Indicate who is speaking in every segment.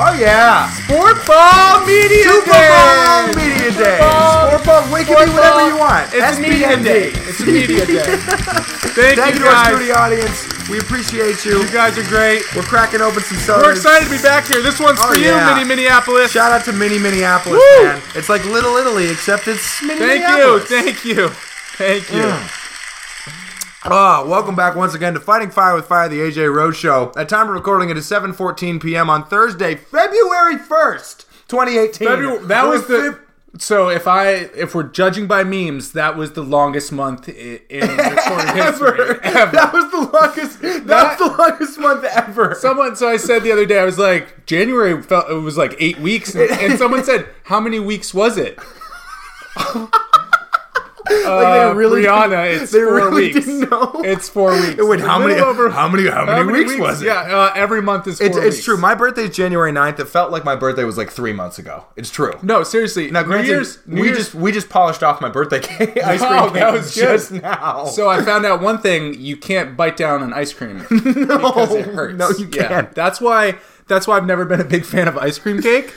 Speaker 1: Oh yeah!
Speaker 2: Sport Ball Media
Speaker 1: Super Bowl
Speaker 2: Day!
Speaker 1: Media Day!
Speaker 2: Bowl.
Speaker 1: Sport Bowl, we can
Speaker 2: Sport
Speaker 1: be whatever
Speaker 2: Bowl.
Speaker 1: you want.
Speaker 2: It's a media
Speaker 1: SBMD.
Speaker 2: day. It's a media day. Thank,
Speaker 1: Thank you
Speaker 2: you
Speaker 1: to our
Speaker 2: guys.
Speaker 1: studio audience. We appreciate you.
Speaker 2: You guys are great.
Speaker 1: We're cracking open some sodas.
Speaker 2: We're excited to be back here. This one's
Speaker 1: Oh,
Speaker 2: for you,
Speaker 1: yeah.
Speaker 2: Mini Minneapolis.
Speaker 1: Shout out to Mini Minneapolis,
Speaker 2: Woo!
Speaker 1: man. It's like Little Italy, except it's Mini
Speaker 2: Thank you.
Speaker 1: Minneapolis.
Speaker 2: Thank you. Thank you.
Speaker 1: Ah, welcome back once again to Fighting Fire with Fire, the AJ Road Show. At time of recording, it is 7.14 p.m. on Thursday, February 1st, 2018.
Speaker 2: February, that was
Speaker 1: We're
Speaker 2: the. So if I if we're judging by memes, that was the longest month i- in recorded history
Speaker 1: fifth-
Speaker 2: ever.
Speaker 1: That was the longest. That,
Speaker 2: That-
Speaker 1: was the longest month ever.
Speaker 2: Someone, so I said the other day, I was like, January felt it was like eight weeks, and, and someone said, how many weeks was it?
Speaker 1: Like,
Speaker 2: uh, Brianna, it's
Speaker 1: they
Speaker 2: four
Speaker 1: really
Speaker 2: weeks.
Speaker 1: Didn't know.
Speaker 2: It's four weeks.
Speaker 1: Wait, how
Speaker 2: A
Speaker 1: many,
Speaker 2: little over-
Speaker 1: how many? How many?
Speaker 2: how many
Speaker 1: weeks, was it?
Speaker 2: Yeah, uh, every month is four
Speaker 1: It's,
Speaker 2: weeks.
Speaker 1: it's true. My birthday is January 9th. It felt like my birthday was like three months ago. It's true.
Speaker 2: No, seriously.
Speaker 1: Now, granted,
Speaker 2: New Year's, New
Speaker 1: we
Speaker 2: Year's-
Speaker 1: just we just polished off my birthday cake. ice cream
Speaker 2: Wow,
Speaker 1: cake
Speaker 2: that was good.
Speaker 1: just now.
Speaker 2: So I found out one thing: you can't bite down on ice cream because it hurts.
Speaker 1: no, you
Speaker 2: Yeah,
Speaker 1: can't.
Speaker 2: That's why. That's why I've never been a big fan of ice cream cake.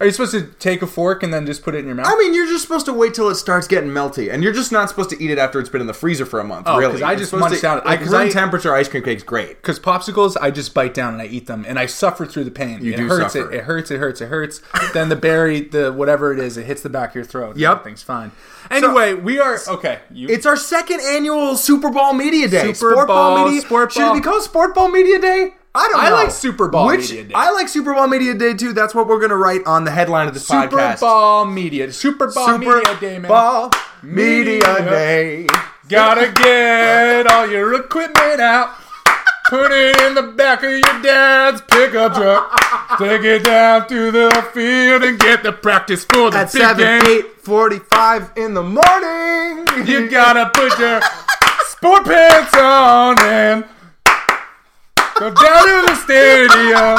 Speaker 2: Are you supposed to take a fork and then just put it in your mouth?
Speaker 1: I mean, you're just supposed to wait till it starts getting melty, and you're just not supposed to eat it after it's been in the freezer for a month.
Speaker 2: Oh, 'cause
Speaker 1: really,
Speaker 2: I
Speaker 1: It's
Speaker 2: just
Speaker 1: supposed
Speaker 2: munched down- I-
Speaker 1: Like,
Speaker 2: 'cause
Speaker 1: room
Speaker 2: I-
Speaker 1: temperature ice cream cake's great.
Speaker 2: Because popsicles, I just bite down and I eat them, and I suffer through the pain. You it
Speaker 1: do
Speaker 2: hurts.
Speaker 1: suffer.
Speaker 2: It, it hurts. It hurts. It hurts. then the berry, the whatever it is, it hits the back of your throat.
Speaker 1: Yep.
Speaker 2: everything's fine. Anyway, we are okay. You,
Speaker 1: It's our second annual Super Bowl Media Day.
Speaker 2: Super
Speaker 1: Sport Ball,
Speaker 2: Bowl,
Speaker 1: Media.
Speaker 2: Sport
Speaker 1: Should
Speaker 2: Ball.
Speaker 1: it be called Sport Bowl Media Day? I don't.
Speaker 2: I
Speaker 1: know.
Speaker 2: like Super Bowl
Speaker 1: Which,
Speaker 2: Media Day.
Speaker 1: I like Super Bowl Media Day too. That's what we're gonna write on the headline of this
Speaker 2: Super
Speaker 1: podcast.
Speaker 2: Bowl Media, Super Bowl
Speaker 1: Super
Speaker 2: Media Day, man.
Speaker 1: Bowl Media Day.
Speaker 2: Gotta get all your equipment out. Put it in the back of your dad's pickup truck. Take it down to the field and get the practice for the
Speaker 1: At
Speaker 2: big
Speaker 1: seven,
Speaker 2: game.
Speaker 1: eight forty-five in the morning.
Speaker 2: You gotta put your sport pants on and go down to the stadium.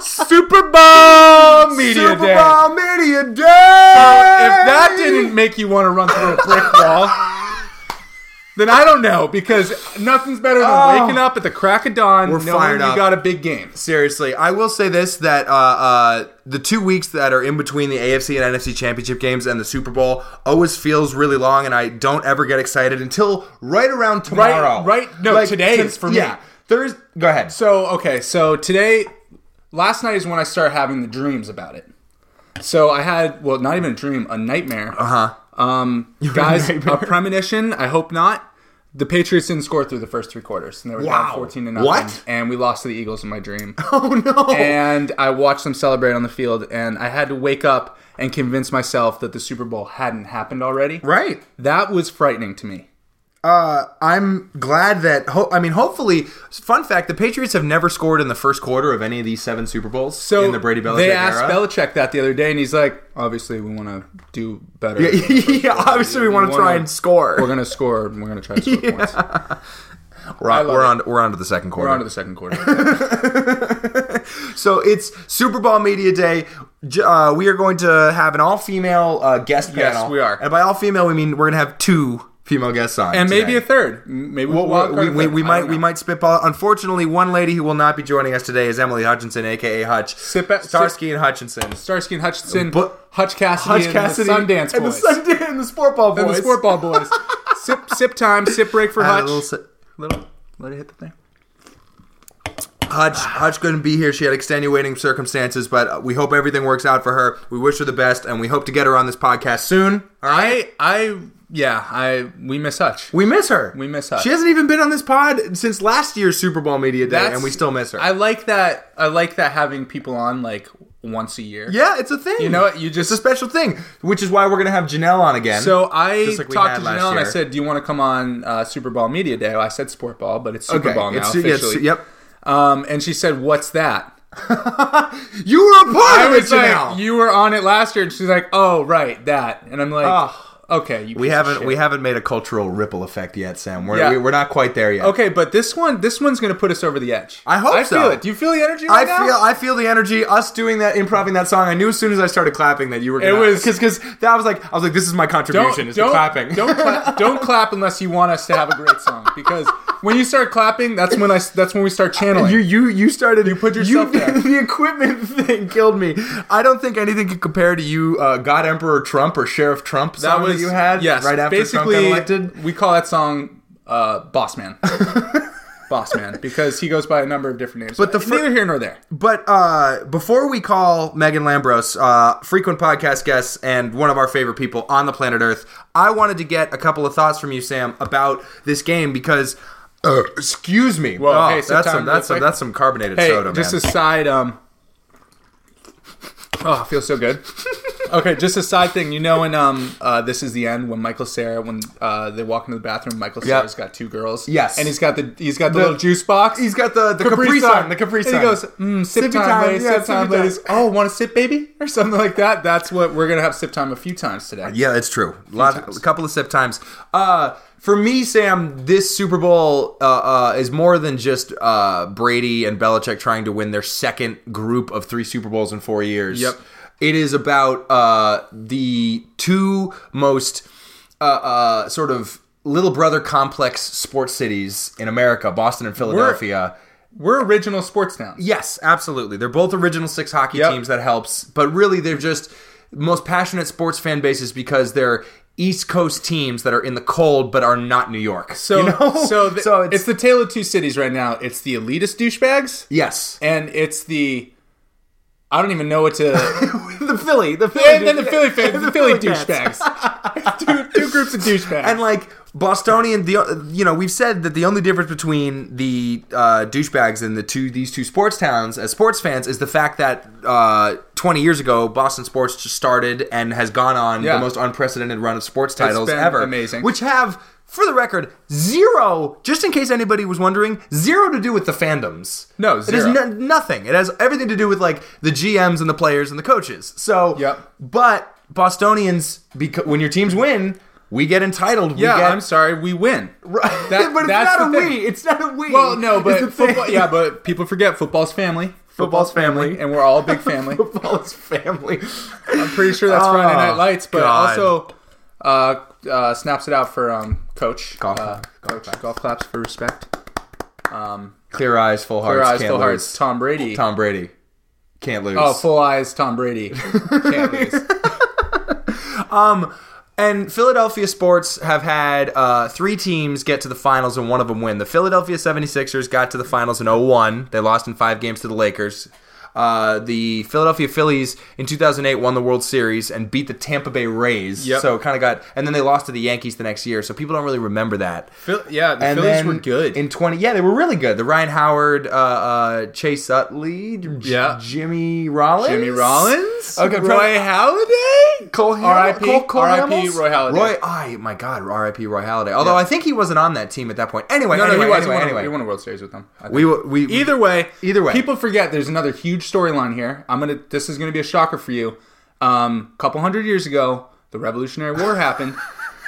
Speaker 2: Super Bowl Media
Speaker 1: Super
Speaker 2: Day. Uh,
Speaker 1: Bowl Media Day.
Speaker 2: If that didn't make you want to run through a brick wall, then I don't know because nothing's better than
Speaker 1: Oh.
Speaker 2: waking up at the crack of dawn
Speaker 1: We're
Speaker 2: knowing
Speaker 1: fired
Speaker 2: you
Speaker 1: up.
Speaker 2: got a big game.
Speaker 1: Seriously, I will say this: that uh, uh, the two weeks that are in between the AFC and NFC championship games and the Super Bowl always feels really long, and I don't ever get excited until right around tomorrow.
Speaker 2: right- no, today
Speaker 1: to-
Speaker 2: is for me.
Speaker 1: yeah, There's. Go ahead.
Speaker 2: So okay, so today, last night is when I started having the dreams about it. So I had well, not even a dream, a nightmare.
Speaker 1: Uh-huh.
Speaker 2: Uh huh. Um, guys, a, premonition. I hope not. The Patriots didn't score through the first three quarters, and they were
Speaker 1: Wow.
Speaker 2: down fourteen to nothing.
Speaker 1: What?
Speaker 2: And we lost to the Eagles in my dream.
Speaker 1: oh no.
Speaker 2: and I watched them celebrate on the field, and I had to wake up and convince myself that the Super Bowl hadn't happened already.
Speaker 1: right.
Speaker 2: That was frightening to me.
Speaker 1: Uh, I'm glad that. Ho- I mean, hopefully. Fun fact: the Patriots have never scored in the first quarter of any of these seven Super Bowls
Speaker 2: So
Speaker 1: in the Brady Belichick
Speaker 2: they asked
Speaker 1: era.
Speaker 2: Belichick that the other day, and he's like, "Obviously, we want to do better.
Speaker 1: yeah, obviously we want to
Speaker 2: wanna-
Speaker 1: try and score.
Speaker 2: We're gonna score. and We're gonna try to score points.
Speaker 1: We're on,
Speaker 2: love
Speaker 1: we're
Speaker 2: it.
Speaker 1: on, we're on to the second quarter.
Speaker 2: We're on to the second quarter.
Speaker 1: So it's Super Bowl Media Day. J- Uh, we are going to have an all-female uh, guest
Speaker 2: Yes,
Speaker 1: panel.
Speaker 2: we are.
Speaker 1: And by all-female, we mean we're going to have two female guests on,
Speaker 2: and maybe
Speaker 1: today.
Speaker 2: a third. M- Maybe we'll,
Speaker 1: Well,
Speaker 2: wild card
Speaker 1: we,
Speaker 2: a
Speaker 1: we,
Speaker 2: third.
Speaker 1: we
Speaker 2: I
Speaker 1: might
Speaker 2: don't
Speaker 1: we
Speaker 2: know.
Speaker 1: might spitball. Unfortunately, one lady who will not be joining us today is Emily Hutchinson, aka Hutch.
Speaker 2: Sip at-
Speaker 1: Starsky and Hutchinson.
Speaker 2: Starsky and Hutchinson,
Speaker 1: But-
Speaker 2: Hutch Cassidy,
Speaker 1: Hutch
Speaker 2: and
Speaker 1: Cassidy
Speaker 2: the Sundance
Speaker 1: and
Speaker 2: Boys,
Speaker 1: the Sundance and the Sport Ball Boys.
Speaker 2: and the Sport Ball Boys. sip, sip time, sip break for
Speaker 1: Had a
Speaker 2: Hutch.
Speaker 1: little si-
Speaker 2: Little- let it hit the thing.
Speaker 1: Hutch, Hutch couldn't be here. She had extenuating circumstances, but we hope everything works out for her. We wish her the best, and we hope to get her on this podcast soon. All right.
Speaker 2: I, I, yeah, I. We miss Hutch.
Speaker 1: We miss her.
Speaker 2: We miss Hutch.
Speaker 1: She hasn't even been on this pod since last year's Super Bowl Media Day,
Speaker 2: That's-
Speaker 1: and we still miss her.
Speaker 2: I like that. I like that having people on like once a year.
Speaker 1: yeah, it's a thing. You
Speaker 2: know what? You just-
Speaker 1: it's a special thing, which is why we're gonna have Janelle on again.
Speaker 2: So I
Speaker 1: Just like we
Speaker 2: talked
Speaker 1: had
Speaker 2: to
Speaker 1: last
Speaker 2: Janelle and I
Speaker 1: year.
Speaker 2: said, "Do you want to come on uh, Super Bowl Media Day?" Well, I said Sport Ball, but it's Super
Speaker 1: okay,
Speaker 2: Bowl now
Speaker 1: it's- yeah, it's-
Speaker 2: officially.
Speaker 1: yep.
Speaker 2: Um, and she said, "What's that?"
Speaker 1: You were a part
Speaker 2: I
Speaker 1: of it,
Speaker 2: was like,
Speaker 1: Janelle.
Speaker 2: "You were on it last year," and she's like, "Oh, right, that." And I'm like,
Speaker 1: Ah.
Speaker 2: Okay, you
Speaker 1: We
Speaker 2: piece of
Speaker 1: haven't we
Speaker 2: shit.
Speaker 1: haven't made a cultural ripple effect yet, Sam. We're
Speaker 2: Yeah.
Speaker 1: we, we're not quite there yet.
Speaker 2: Okay, but this one, this one's gonna put us over the edge.
Speaker 1: I hope
Speaker 2: I
Speaker 1: so.
Speaker 2: feel it. Do you feel the energy?
Speaker 1: I
Speaker 2: Right now?
Speaker 1: feel I feel the energy. Us doing that, improvising that song. I knew as soon as I started clapping that you were. Gonna,
Speaker 2: was-
Speaker 1: because that was like I was like this is my contribution is the clapping.
Speaker 2: Don't clap, don't clap unless you want us to have a great song. Because when you start clapping, that's when I s- that's when we start channeling.
Speaker 1: You you you started. You put
Speaker 2: yourself there.
Speaker 1: The equipment thing killed me. I don't think anything could compare to you, uh, God Emperor Trump or Sheriff Trump song that, you had
Speaker 2: yes,
Speaker 1: right after
Speaker 2: basically,
Speaker 1: Trump got elected.
Speaker 2: We call that song uh, "Boss Man." Boss Man, because he goes by a number of different names. But
Speaker 1: the
Speaker 2: the
Speaker 1: fir-
Speaker 2: neither here nor there.
Speaker 1: But uh, before we call Megan Lambros, uh, frequent podcast guest and one of our favorite people on the planet Earth, I wanted to get a couple of thoughts from you, Sam, about this game because. Uh, excuse me.
Speaker 2: Whoa,
Speaker 1: Oh,
Speaker 2: hey, sit
Speaker 1: that's
Speaker 2: down
Speaker 1: some that's
Speaker 2: real
Speaker 1: some
Speaker 2: quick.
Speaker 1: that's some carbonated
Speaker 2: Hey,
Speaker 1: soda,
Speaker 2: just
Speaker 1: man.
Speaker 2: a side. Um, oh, it feels so good. okay, just a side thing. You know, in um, uh, this is the end when Michael Sarah when uh, they walk into the bathroom. Michael Sarah's got two girls.
Speaker 1: Yes.
Speaker 2: and he's got the he's got the, little juice box.
Speaker 1: He's got the the Capri, Sun, the Capri Sun.
Speaker 2: And he goes, mm, sip
Speaker 1: Sippy
Speaker 2: time,
Speaker 1: time,
Speaker 2: ladies,
Speaker 1: yeah,
Speaker 2: sip time,
Speaker 1: sippy time."
Speaker 2: ladies. Oh, want to sip, baby, or something like that. That's what we're gonna have sip time a few times today.
Speaker 1: Yeah, it's true. Lot- a couple of sip times. Uh, for me, Sam, this Super Bowl uh, uh, is more than just uh, Brady and Belichick trying to win their second group of three Super Bowls in four years.
Speaker 2: Yep.
Speaker 1: It is about uh, the two most uh, uh, sort of little brother complex sports cities in America, Boston and Philadelphia.
Speaker 2: We're original sports towns.
Speaker 1: Yes, absolutely. They're both original six hockey
Speaker 2: Yep.
Speaker 1: teams. That helps, but really they're just most passionate sports fan bases because they're East Coast teams that are in the cold but are not New York.
Speaker 2: So,
Speaker 1: you know?
Speaker 2: so, th-
Speaker 1: so
Speaker 2: it's, the tale of two cities right now. It's the elitist douchebags,
Speaker 1: yes,
Speaker 2: and it's the I don't even know what to.
Speaker 1: the Philly, the Philly,
Speaker 2: and then the Philly fans, the, Philly,
Speaker 1: Philly fans.
Speaker 2: douchebags, two, two groups of douchebags.
Speaker 1: and like Bostonian, the you know we've said that the only difference between the uh, douchebags and the two these two sports towns as sports fans is the fact that uh, 20 years ago Boston sports just started and has gone on
Speaker 2: Yeah.
Speaker 1: the most unprecedented run of sports titles
Speaker 2: been
Speaker 1: ever,
Speaker 2: amazing.
Speaker 1: Which have, for the record, zero. Just in case anybody was wondering, zero to do with the fandoms.
Speaker 2: No,
Speaker 1: It
Speaker 2: zero.
Speaker 1: has no- nothing. It has everything to do with like the GMs and the players and the coaches. So,
Speaker 2: Yep.
Speaker 1: but Bostonians, because when your teams win. We get entitled.
Speaker 2: yeah,
Speaker 1: we get,
Speaker 2: I'm sorry, we win. That-
Speaker 1: but it's
Speaker 2: that's
Speaker 1: not a
Speaker 2: the thing.
Speaker 1: we. It's not a we.
Speaker 2: Well, no,
Speaker 1: It's the
Speaker 2: but
Speaker 1: thing.
Speaker 2: football, yeah, but people forget football's family.
Speaker 1: Football's family.
Speaker 2: and we're all a big family.
Speaker 1: Football is family.
Speaker 2: I'm pretty sure that's Friday
Speaker 1: Oh,
Speaker 2: Night Lights, but
Speaker 1: God.
Speaker 2: also uh, uh, snaps it out for um, Coach.
Speaker 1: Golf-
Speaker 2: uh, Coach. Golf claps for respect. Um,
Speaker 1: Clear eyes, full hearts.
Speaker 2: Clear eyes,
Speaker 1: can't
Speaker 2: full
Speaker 1: lose.
Speaker 2: hearts. Tom Brady.
Speaker 1: Tom Brady can't lose.
Speaker 2: Oh, full eyes, Tom Brady. Can't lose.
Speaker 1: and Philadelphia sports have had uh, three teams get to the finals and one of them win. The Philadelphia 76ers got to the finals in 01. They lost in five games to the Lakers. Uh, the Philadelphia Phillies in 2008 won the World Series and beat the Tampa Bay Rays.
Speaker 2: Yep.
Speaker 1: So kind of got, and then they lost to the Yankees the next year. So people don't really remember that.
Speaker 2: Phil- yeah, the
Speaker 1: And
Speaker 2: Phillies
Speaker 1: then
Speaker 2: were good.
Speaker 1: in twenty. Yeah, they were really good. The Ryan Howard, uh, uh, Chase Utley, J-
Speaker 2: Yeah.
Speaker 1: Jimmy Rollins,
Speaker 2: Jimmy Rollins?
Speaker 1: okay,
Speaker 2: Roy
Speaker 1: probably-
Speaker 2: Halladay?
Speaker 1: Cole Ham-
Speaker 2: R.I.P.
Speaker 1: Cole, Cole
Speaker 2: R.I.P.
Speaker 1: Hamels?
Speaker 2: Roy Halladay.
Speaker 1: Roy, I my God, R.I.P. Roy Halladay. Although I think he wasn't on that team at that point. Anyway,
Speaker 2: No, no,
Speaker 1: anyway,
Speaker 2: he was.
Speaker 1: anyway,
Speaker 2: he, won,
Speaker 1: anyway.
Speaker 2: he won a World Series with them. I think.
Speaker 1: we were- we
Speaker 2: Either way,
Speaker 1: Either way.
Speaker 2: people forget there's another huge storyline here. I'm gonna. This is gonna be a shocker for you. Um, a couple hundred years ago, the Revolutionary War happened,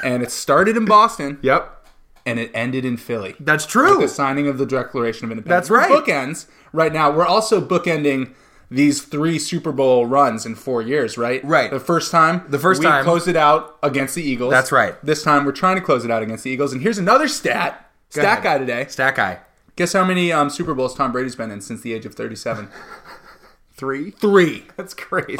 Speaker 2: and it started in Boston,
Speaker 1: Yep,
Speaker 2: and it ended in Philly.
Speaker 1: that's true.
Speaker 2: the signing of the Declaration of Independence.
Speaker 1: That's right.
Speaker 2: Bookends right now. We're also bookending these three Super Bowl runs in four years. Right.
Speaker 1: Right.
Speaker 2: The first time. The
Speaker 1: first
Speaker 2: we
Speaker 1: time.
Speaker 2: closed it out against the Eagles.
Speaker 1: That's right.
Speaker 2: This time we're trying to close it out against the Eagles. And here's another stat.
Speaker 1: ahead.
Speaker 2: Stat guy today.
Speaker 1: Stack Eye
Speaker 2: Guess how many um, Super Bowls Tom Brady's been in since the age of 37?
Speaker 1: three.
Speaker 2: Three.
Speaker 1: That's crazy.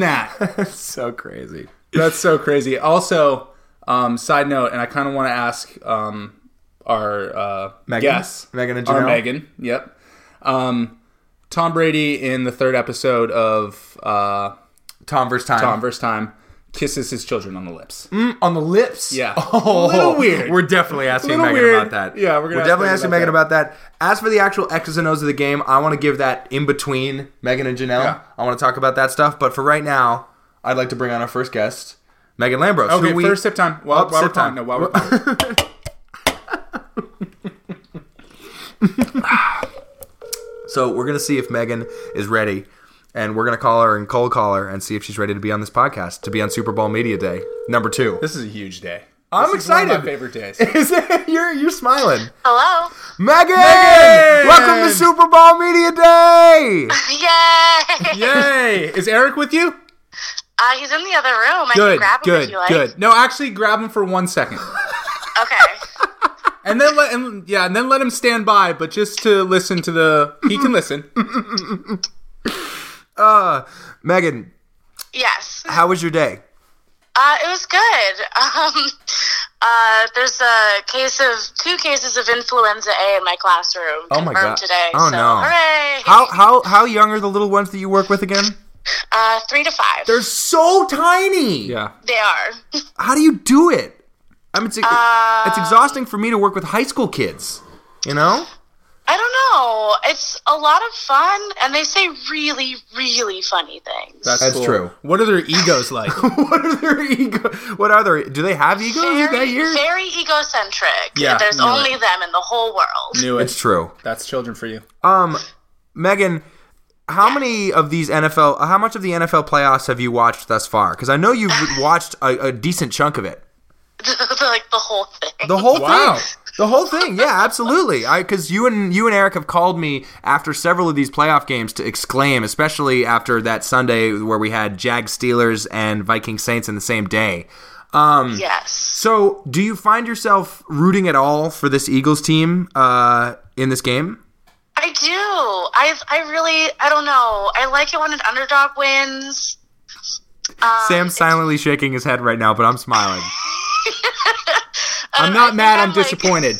Speaker 2: that.
Speaker 1: That's so crazy.
Speaker 2: That's so crazy. Also, um, side note, and I kind of want to ask um, our uh,
Speaker 1: Megan?
Speaker 2: guest,
Speaker 1: Megan and
Speaker 2: our
Speaker 1: Janelle?
Speaker 2: Megan. Yep. Um, Tom Brady in the third episode of uh,
Speaker 1: Tom versus time.
Speaker 2: Tom vs. Time kisses his children on the lips.
Speaker 1: on the lips.
Speaker 2: Yeah.
Speaker 1: Oh,
Speaker 2: A little weird.
Speaker 1: We're definitely asking
Speaker 2: Little
Speaker 1: Megan
Speaker 2: weird.
Speaker 1: about that.
Speaker 2: Yeah, we're gonna ask
Speaker 1: definitely
Speaker 2: Megan
Speaker 1: asking
Speaker 2: about
Speaker 1: Megan
Speaker 2: that.
Speaker 1: about that. As for the actual X's and O's of the game, I want to give that in between Megan and Janelle.
Speaker 2: Yeah.
Speaker 1: I want to talk about that stuff. But for right now, I'd like to bring on our first guest, Megan Lambros.
Speaker 2: Okay,
Speaker 1: who we,
Speaker 2: first sip time. While,
Speaker 1: Oh, sip
Speaker 2: while we're
Speaker 1: time.
Speaker 2: calling- No, while we're calling.
Speaker 1: So we're gonna see if Megan is ready. and we're gonna call her and cold call her and see if she's ready to be on this podcast to be on Super Bowl Media Day number two.
Speaker 2: This is a huge day.
Speaker 1: I'm
Speaker 2: This is one
Speaker 1: excited.
Speaker 2: of my favorite days.
Speaker 1: Is it? You're you're smiling,
Speaker 3: Hello.
Speaker 1: Megan.
Speaker 2: Megan!
Speaker 1: Welcome to Super Bowl Media Day.
Speaker 3: Yay!
Speaker 2: Yay! Is Eric with you?
Speaker 3: Uh, he's in the other room. I can
Speaker 2: Good,
Speaker 3: grab him if
Speaker 2: good,
Speaker 3: you like.
Speaker 2: good. No, actually, grab him for one second,
Speaker 3: Okay.
Speaker 2: and then let him. Yeah, and then let him stand by, but just to listen to the. He can listen.
Speaker 1: Uh, Megan,
Speaker 3: yes.
Speaker 1: how was your day?
Speaker 3: Uh, it was good. Um, uh, there's a case of two cases of influenza A in my classroom
Speaker 1: Oh
Speaker 3: confirmed
Speaker 1: my God.
Speaker 3: today.
Speaker 1: Oh,
Speaker 3: so,
Speaker 1: no.
Speaker 3: Hooray!
Speaker 1: How how how young are the little ones that you work with again?
Speaker 3: Uh, three to 5
Speaker 1: They're so tiny.
Speaker 2: Yeah.
Speaker 3: They are.
Speaker 1: How do you do it? I mean, it's, it's exhausting for me to work with high school kids. You know?
Speaker 3: I don't know. It's a lot of fun, and they say really, really funny things.
Speaker 1: That's true.
Speaker 2: What are their egos like?
Speaker 1: what are their ego? What are their? Do they have egos at that
Speaker 3: very,
Speaker 1: year?
Speaker 3: very egocentric.
Speaker 2: Yeah,
Speaker 3: There's
Speaker 2: knew it.
Speaker 3: only them in the whole world.
Speaker 2: Knew
Speaker 1: It's
Speaker 2: it.
Speaker 1: true.
Speaker 2: That's children for you.
Speaker 1: Um, Megan, how many of these NFL? How much of the NFL playoffs have you watched thus far? Because I know you've watched a, a decent chunk of it.
Speaker 3: like the whole thing.
Speaker 1: The whole
Speaker 2: Wow.
Speaker 1: thing. The whole thing. Yeah, absolutely. I because you and you and Eric have called me after several of these playoff games to exclaim, especially after that Sunday where we had Jag Steelers and Viking Saints in the same day. Um,
Speaker 3: Yes.
Speaker 1: so do you find yourself rooting at all for this Eagles team uh, in this game?
Speaker 3: I do. I I really I don't know. I like it when an underdog wins. Um,
Speaker 1: Sam's silently shaking his head right now, but I'm smiling.
Speaker 3: I don't
Speaker 2: I'm
Speaker 3: know, Um, I
Speaker 2: not
Speaker 3: think
Speaker 2: mad. I'm
Speaker 3: like-
Speaker 2: disappointed.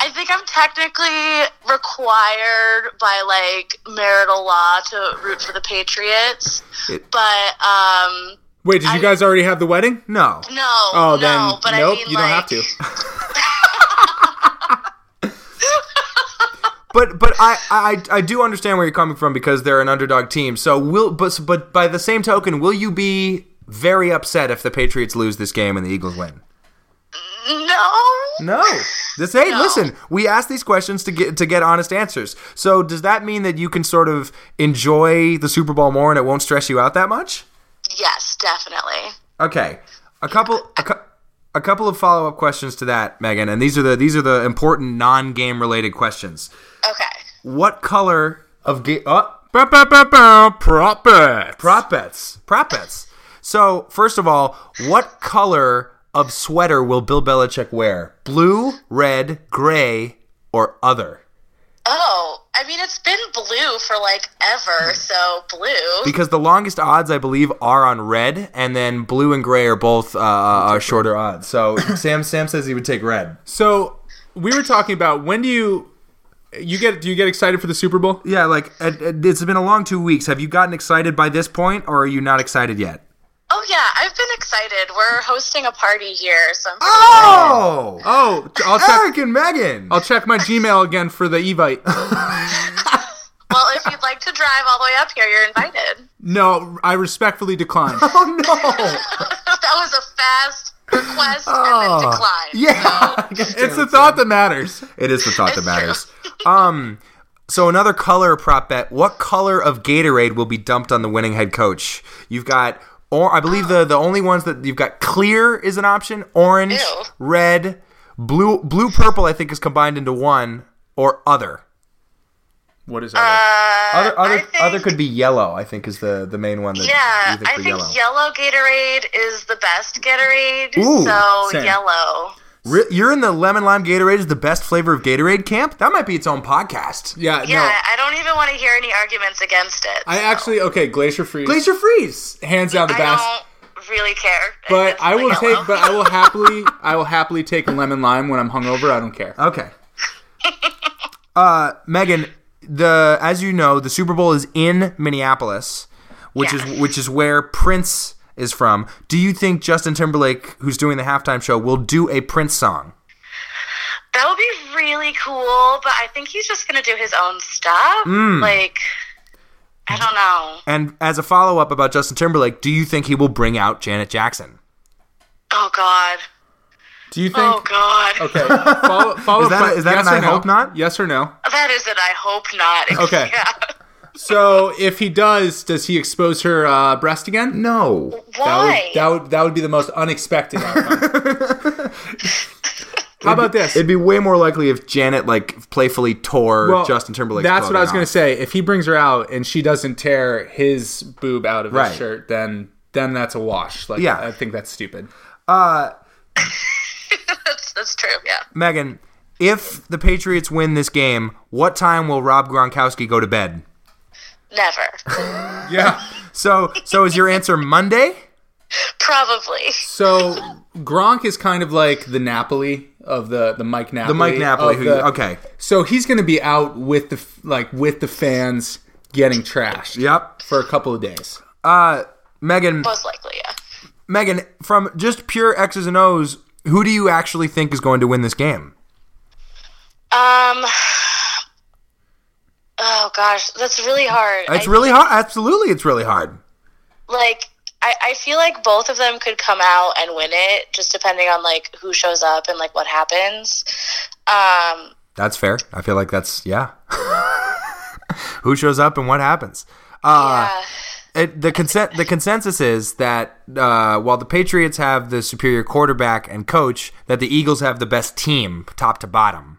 Speaker 3: I think I'm technically required by like marital law to root for the Patriots,
Speaker 1: It-
Speaker 3: but um
Speaker 2: Wait, did you guys already have the wedding?
Speaker 1: No.
Speaker 3: no,
Speaker 2: Oh,
Speaker 3: no.
Speaker 2: then
Speaker 3: but
Speaker 2: nope.
Speaker 3: I mean,
Speaker 2: you don't
Speaker 3: like,
Speaker 2: have to.
Speaker 1: But but I, I I do understand where you're coming from because they're an underdog team. So will but but by the same token, will you be very upset if the Patriots lose this game and the Eagles win?
Speaker 3: No,
Speaker 1: No. This hey,
Speaker 3: No.
Speaker 1: listen, we ask these questions to get to get honest answers. So does that mean that you can sort of enjoy the Super Bowl more and it won't stress you out that much?
Speaker 3: Yes, definitely.
Speaker 1: Okay, a couple, a, cou- a couple of follow up questions to that, Megan, and these are the these are the important non game related questions.
Speaker 3: Okay.
Speaker 1: What color of ga- oh,
Speaker 2: Prop bets.
Speaker 1: prop bets? Prop bets. So first of all, what color of sweater will Bill Belichick wear? Blue, red, gray, or other?
Speaker 3: Oh, I mean it's been blue for like
Speaker 2: Hmm.
Speaker 3: ever, so blue.
Speaker 1: Because the longest odds, I believe, are on red, and then blue and gray are both uh, are shorter odds. So Sam Sam says he would take red.
Speaker 2: So we were talking about when do you you get do you get excited for the Super Bowl?
Speaker 1: Yeah, like it, it- it's been a long two weeks. Have you gotten excited by this point, or are you not excited yet?
Speaker 3: Oh yeah, I've been excited. We're hosting a party here, so I'm
Speaker 1: Oh,
Speaker 2: Oh, I'll check.
Speaker 1: Eric and Megan.
Speaker 2: I'll check my Gmail again for the Evite.
Speaker 3: well. If you'd like to drive all the way up here, you're invited.
Speaker 2: No, I respectfully decline.
Speaker 1: Oh no!
Speaker 3: that was a fast request and
Speaker 1: Oh,
Speaker 3: then decline.
Speaker 1: Yeah,
Speaker 2: It's the thought that matters.
Speaker 1: it is the thought that matters. Um, so another color prop bet: what color of Gatorade will be dumped on the winning head coach? You've got, or I believe the the only ones that you've got clear is an option: orange,
Speaker 3: Ew.
Speaker 1: red, blue, blue, purple. I think is combined into one or other.
Speaker 2: What is that?
Speaker 1: Other,
Speaker 3: Uh, I
Speaker 1: other,
Speaker 3: think-
Speaker 1: other could be yellow. I think is the the main one. That
Speaker 3: Yeah,
Speaker 1: you
Speaker 3: I
Speaker 1: for
Speaker 3: think yellow. Gatorade is the best Gatorade.
Speaker 1: Ooh,
Speaker 3: so
Speaker 2: same.
Speaker 3: yellow.
Speaker 1: Re- You're in the lemon lime Gatorade is the best flavor of Gatorade camp. That might be its own podcast.
Speaker 2: yeah,
Speaker 3: Yeah,
Speaker 2: Uh, no.
Speaker 3: I don't even want to hear any arguments against it.
Speaker 2: I actually okay, Glacier Freeze.
Speaker 1: Glacier freeze.
Speaker 2: hands down the
Speaker 3: I
Speaker 2: best.
Speaker 3: don't really care.
Speaker 2: But
Speaker 3: It's
Speaker 2: I
Speaker 3: the
Speaker 2: will
Speaker 3: yellow.
Speaker 2: take. But I will happily. I will happily take a lemon lime when I'm hungover. I don't care.
Speaker 1: Okay. uh, Megan, the as you know, the Super Bowl is in Minneapolis, which is
Speaker 3: Yes.
Speaker 1: which is where Prince is from. Do you think Justin Timberlake, who's doing the halftime show, will do a Prince song?
Speaker 3: That would be really cool, but I think he's just gonna do his own stuff.
Speaker 2: Hmm.
Speaker 3: Like, I don't know.
Speaker 1: And as a follow up about Justin Timberlake, do you think he will bring out Janet Jackson?
Speaker 3: Oh God.
Speaker 2: Do you think?
Speaker 3: Oh God.
Speaker 2: Okay. Follow. follow
Speaker 1: Is that a- is that
Speaker 2: yes
Speaker 1: an
Speaker 2: or
Speaker 1: I
Speaker 2: no?
Speaker 1: hope not?
Speaker 2: Yes or no?
Speaker 3: That is it. I hope not.
Speaker 2: Okay.
Speaker 3: Yeah.
Speaker 2: So if he does, does he expose her uh, breast again?
Speaker 1: No.
Speaker 3: Why?
Speaker 2: That would, that would that would be the most unexpected outcome. How about this?
Speaker 1: It'd be way more likely if Janet like playfully tore
Speaker 2: Well,
Speaker 1: Justin Timberlake's.
Speaker 2: That's what
Speaker 1: clothing
Speaker 2: I was gonna
Speaker 1: off.
Speaker 2: say. If he brings her out and she doesn't tear his boob out of
Speaker 1: Right.
Speaker 2: his shirt, then then that's a wash. Like,
Speaker 1: Yeah.
Speaker 2: I think that's stupid.
Speaker 3: that's, that's true. Yeah.
Speaker 1: Megan, if the Patriots win this game, what time will Rob Gronkowski go to bed?
Speaker 3: Never.
Speaker 2: Yeah.
Speaker 1: So, so is your answer Monday?
Speaker 3: Probably.
Speaker 2: So Gronk is kind of like the Napoli of the the Mike Napoli.
Speaker 1: The Mike Napoli.
Speaker 2: of
Speaker 1: Who,
Speaker 2: oh, the-
Speaker 1: okay.
Speaker 2: So he's gonna be out with the f- like with the fans getting trashed.
Speaker 1: Yep.
Speaker 2: For a couple of days.
Speaker 1: Uh, Megan,
Speaker 3: Most likely, yeah.
Speaker 1: Megan, from just pure X's and O's, who do you actually think is going to win this game?
Speaker 3: Um. Oh gosh, that's really hard.
Speaker 1: It's
Speaker 3: I-
Speaker 1: really hard. Absolutely, it's really hard.
Speaker 3: like I, I feel like both of them could come out and win it, just depending on like who shows up and like what happens. Um,
Speaker 1: That's fair. I feel like that's yeah. Who shows up and what happens? Uh,
Speaker 3: yeah.
Speaker 1: it, the consent the consensus is that uh, while the Patriots have the superior quarterback and coach, that the Eagles have the best team, top to bottom.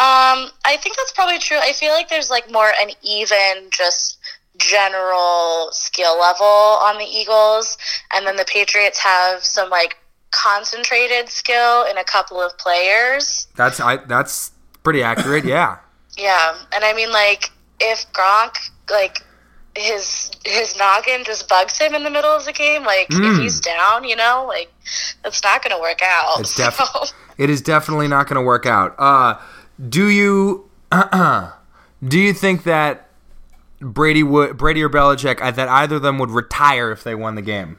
Speaker 3: Um, I think that's probably true. I feel like there's like more an even just general skill level on the Eagles, and then the Patriots have some like concentrated skill in a couple of players.
Speaker 1: That's I, that's pretty accurate. Yeah.
Speaker 3: Yeah, and I mean, like, if Gronk, like, his his noggin just bugs him in the middle of the game, like,
Speaker 1: Hmm.
Speaker 3: if he's down, you know, like, that's not going to work out.
Speaker 1: It's def-
Speaker 2: Oh.
Speaker 1: it is definitely not going to work out. Uh, do you do you think that Brady would Brady or Belichick I- that either of them would retire if they won the game?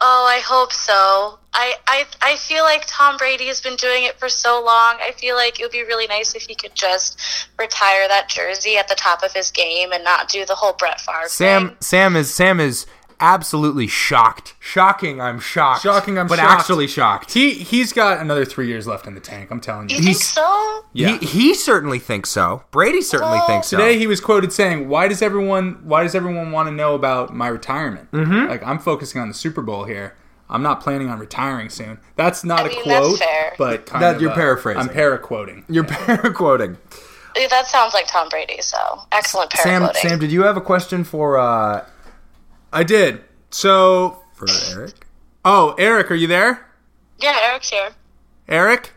Speaker 3: oh, I hope so. I, I I feel like Tom Brady has been doing it for so long. I feel like it would be really nice if he could just retire that jersey at the top of his game and not do the whole Brett Favre
Speaker 1: Sam
Speaker 3: thing.
Speaker 1: Sam is Sam is absolutely shocked. Shocking, I'm shocked.
Speaker 2: Shocking, I'm
Speaker 1: but
Speaker 2: shocked.
Speaker 1: actually shocked.
Speaker 2: He he's got another three years left in the tank. I'm telling
Speaker 3: You
Speaker 2: you.
Speaker 3: think
Speaker 1: he's-
Speaker 3: so?
Speaker 2: Yeah.
Speaker 1: He, he certainly thinks so. Brady certainly
Speaker 3: Well,
Speaker 1: thinks so.
Speaker 2: Today he was quoted saying, "Why does everyone Why does everyone want to know about my retirement? Mm-hmm. Like I'm focusing on the Super Bowl here. I'm not planning on retiring soon. That's not
Speaker 3: I
Speaker 2: a
Speaker 3: mean, that's
Speaker 2: quote,
Speaker 3: fair.
Speaker 2: but kind
Speaker 1: That-
Speaker 2: of
Speaker 1: you're
Speaker 2: a-
Speaker 1: paraphrasing.
Speaker 2: I'm para quoting.
Speaker 1: You're paraquoting.
Speaker 3: Yeah, That sounds like Tom Brady. So excellent
Speaker 1: Sam
Speaker 3: paragliding.
Speaker 1: Sam, did you have a question for uh
Speaker 2: I did. So,
Speaker 1: for Eric?
Speaker 2: oh, Eric, are you there?
Speaker 3: yeah, Eric's here.
Speaker 2: Eric,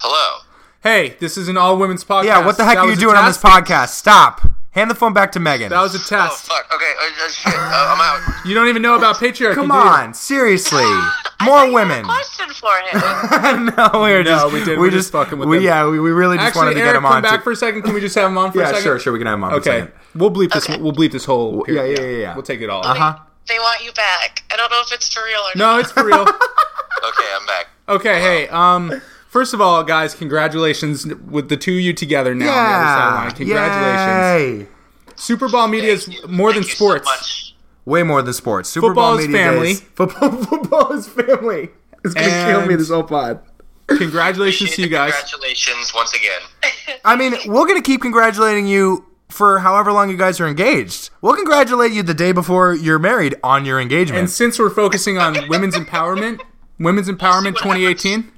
Speaker 4: Hello.
Speaker 2: hey, this is an all women's podcast.
Speaker 1: Yeah, what the heck
Speaker 2: That
Speaker 1: are you
Speaker 2: was a
Speaker 1: doing on this
Speaker 2: test.
Speaker 1: podcast? Stop. Hand the phone back to Megan.
Speaker 2: That was a
Speaker 4: Oh
Speaker 2: test.
Speaker 4: fuck. Okay. Uh, uh, shit. Uh, I'm out.
Speaker 2: You don't even know about patriarchy.
Speaker 1: Come
Speaker 2: do you?
Speaker 1: on, seriously.
Speaker 3: I
Speaker 1: More
Speaker 3: had
Speaker 1: women.
Speaker 3: A question for him.
Speaker 1: no, we were just,
Speaker 2: we
Speaker 1: We
Speaker 2: did- we're
Speaker 1: just
Speaker 2: just fucking with
Speaker 1: we,
Speaker 2: them.
Speaker 1: Yeah, we, we really just wanted
Speaker 2: Actually,
Speaker 1: to
Speaker 2: Eric,
Speaker 1: get him
Speaker 2: come
Speaker 1: on.
Speaker 2: back
Speaker 1: to-
Speaker 2: for a second. Can we just have him on for a
Speaker 1: yeah,
Speaker 2: second?
Speaker 1: sure, sure. We can have him on. For a
Speaker 2: Okay,
Speaker 1: second.
Speaker 2: we'll bleep this.
Speaker 3: Okay.
Speaker 2: We'll bleep this whole.
Speaker 1: Yeah,
Speaker 2: Period.
Speaker 1: yeah, yeah, yeah.
Speaker 2: We'll take it all.
Speaker 1: Uh huh.
Speaker 3: they want you back. I don't know if it's for real or not.
Speaker 2: No, it's for real.
Speaker 4: Okay, I'm back.
Speaker 2: Okay, hey, um, first of all, guys, congratulations with the two of you together now on the other sideline. Congratulations.
Speaker 1: Yay.
Speaker 2: Super Bowl media is more
Speaker 4: Thank
Speaker 2: than
Speaker 4: you so
Speaker 2: sports.
Speaker 4: much.
Speaker 1: Way more than sports. Super
Speaker 2: Football
Speaker 1: Bowl
Speaker 2: is
Speaker 1: media
Speaker 2: family.
Speaker 1: days. Football, football is family. It's gonna kill me
Speaker 2: And-
Speaker 1: this whole pod.
Speaker 2: Congratulations to you guys.
Speaker 4: Congratulations once again.
Speaker 1: I mean, we're gonna keep congratulating you for however long you guys are engaged. We'll congratulate you the day before you're married on your engagement.
Speaker 2: And since we're focusing on women's empowerment, women's empowerment 2018.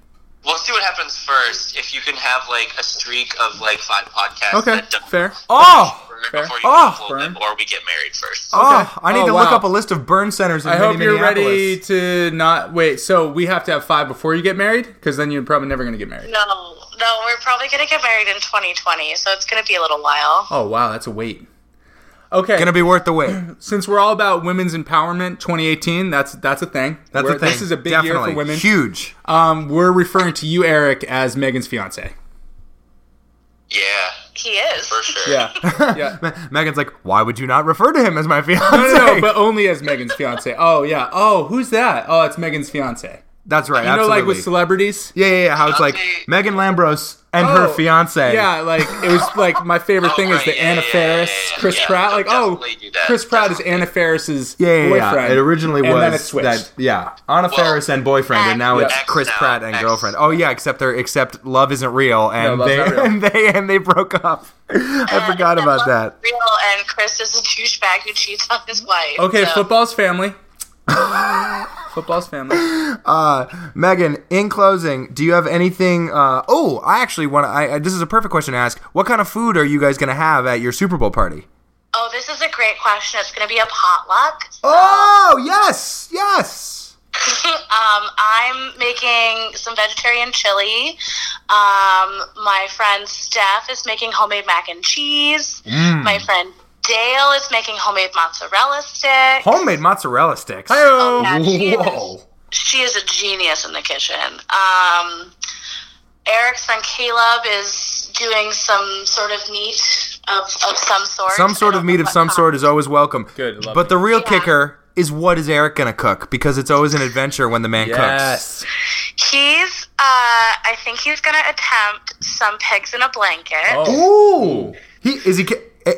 Speaker 4: We'll see what happens first. If you can have like a streak of like five podcasts.
Speaker 2: Okay,
Speaker 4: that don't
Speaker 2: fair.
Speaker 1: oh,
Speaker 4: burn Before you
Speaker 1: Oh,
Speaker 4: upload them, or we get married first.
Speaker 1: oh, I need
Speaker 2: Oh,
Speaker 1: to look
Speaker 2: wow.
Speaker 1: up a list of burn centers. In
Speaker 2: I hope
Speaker 1: mini
Speaker 2: you're ready
Speaker 1: Minneapolis.
Speaker 2: to not wait. So we have to have five before you get married, because then you're probably never going to get married.
Speaker 3: No, no, we're probably gonna get married in 2020, so it's gonna be a little while.
Speaker 2: Oh wow, that's a wait. Okay,
Speaker 1: Gonna be worth the wait.
Speaker 2: since we're all about women's empowerment 2018, that's that's a thing.
Speaker 1: That's
Speaker 2: We're-
Speaker 1: the thing.
Speaker 2: This is a big
Speaker 1: Definitely.
Speaker 2: year for women.
Speaker 1: Huge.
Speaker 2: Um, we're referring to you, Eric, as Megan's fiance.
Speaker 4: Yeah,
Speaker 3: He is.
Speaker 4: for sure.
Speaker 2: Yeah, yeah. No,
Speaker 1: Megan's like, why would you not refer to him as my fiance?
Speaker 2: no, no, but only as Megan's fiance. Oh yeah. Oh, who's that? Oh, it's Megan's fiance.
Speaker 1: That's right.
Speaker 2: You know,
Speaker 1: absolutely.
Speaker 2: like with celebrities.
Speaker 1: yeah, yeah, yeah. How it's like
Speaker 4: Okay.
Speaker 1: Megan Lambros and her
Speaker 2: Oh,
Speaker 1: fiance.
Speaker 2: Yeah, like it was like my favorite
Speaker 4: Oh,
Speaker 2: thing is
Speaker 4: right,
Speaker 2: the
Speaker 4: yeah,
Speaker 2: Anna
Speaker 4: yeah,
Speaker 2: Faris,
Speaker 4: yeah, yeah,
Speaker 2: Chris
Speaker 4: yeah.
Speaker 2: Pratt. Like,
Speaker 4: They'll
Speaker 2: oh,
Speaker 4: definitely do that.
Speaker 2: Chris Pratt is Anna Faris's
Speaker 1: Yeah, yeah, yeah.
Speaker 2: boyfriend.
Speaker 1: It originally
Speaker 2: and
Speaker 1: was
Speaker 2: then it switched.
Speaker 1: that, yeah, Anna
Speaker 4: Well,
Speaker 1: Faris and boyfriend, and now
Speaker 2: yeah.
Speaker 1: it's
Speaker 4: Ex
Speaker 1: Chris
Speaker 4: now,
Speaker 1: Pratt and
Speaker 4: ex.
Speaker 1: girlfriend. Oh yeah, except they're except love isn't real, and
Speaker 2: love's
Speaker 1: they
Speaker 2: not real.
Speaker 1: and they and they broke up. I forgot about that.
Speaker 3: Real and Chris is a douchebag who cheats on his wife.
Speaker 2: Okay,
Speaker 3: so-
Speaker 2: football's family. football's family.
Speaker 1: Megan, in closing, do you have anything? Uh, oh, I actually want to. I, I- this is a perfect question to ask. What kind of food are you guys going to have at your Super Bowl party?
Speaker 3: Oh, this is a great question. It's going to be a potluck.
Speaker 1: Oh, yes, yes.
Speaker 3: um, I'm making some vegetarian chili. Um, my friend Steph is making homemade mac and cheese.
Speaker 1: Mm.
Speaker 3: My friend Dale is making homemade mozzarella sticks.
Speaker 1: Homemade mozzarella sticks.
Speaker 2: Hey-o.
Speaker 3: Oh, Yeah, she is.
Speaker 1: Whoa.
Speaker 3: she is a genius in the kitchen. Um, Eric's friend Caleb is doing some sort of meat of, of some sort.
Speaker 1: Some sort of meat of some sort is always welcome.
Speaker 2: Good, love
Speaker 1: But
Speaker 2: it.
Speaker 1: the real
Speaker 3: Yeah.
Speaker 1: kicker is what is Eric going to cook? Because it's always an adventure when the man cooks.
Speaker 2: Yes.
Speaker 3: He's, uh, I think he's going to attempt some pigs in a blanket.
Speaker 2: Oh.
Speaker 1: Ooh. He is he ca- eh,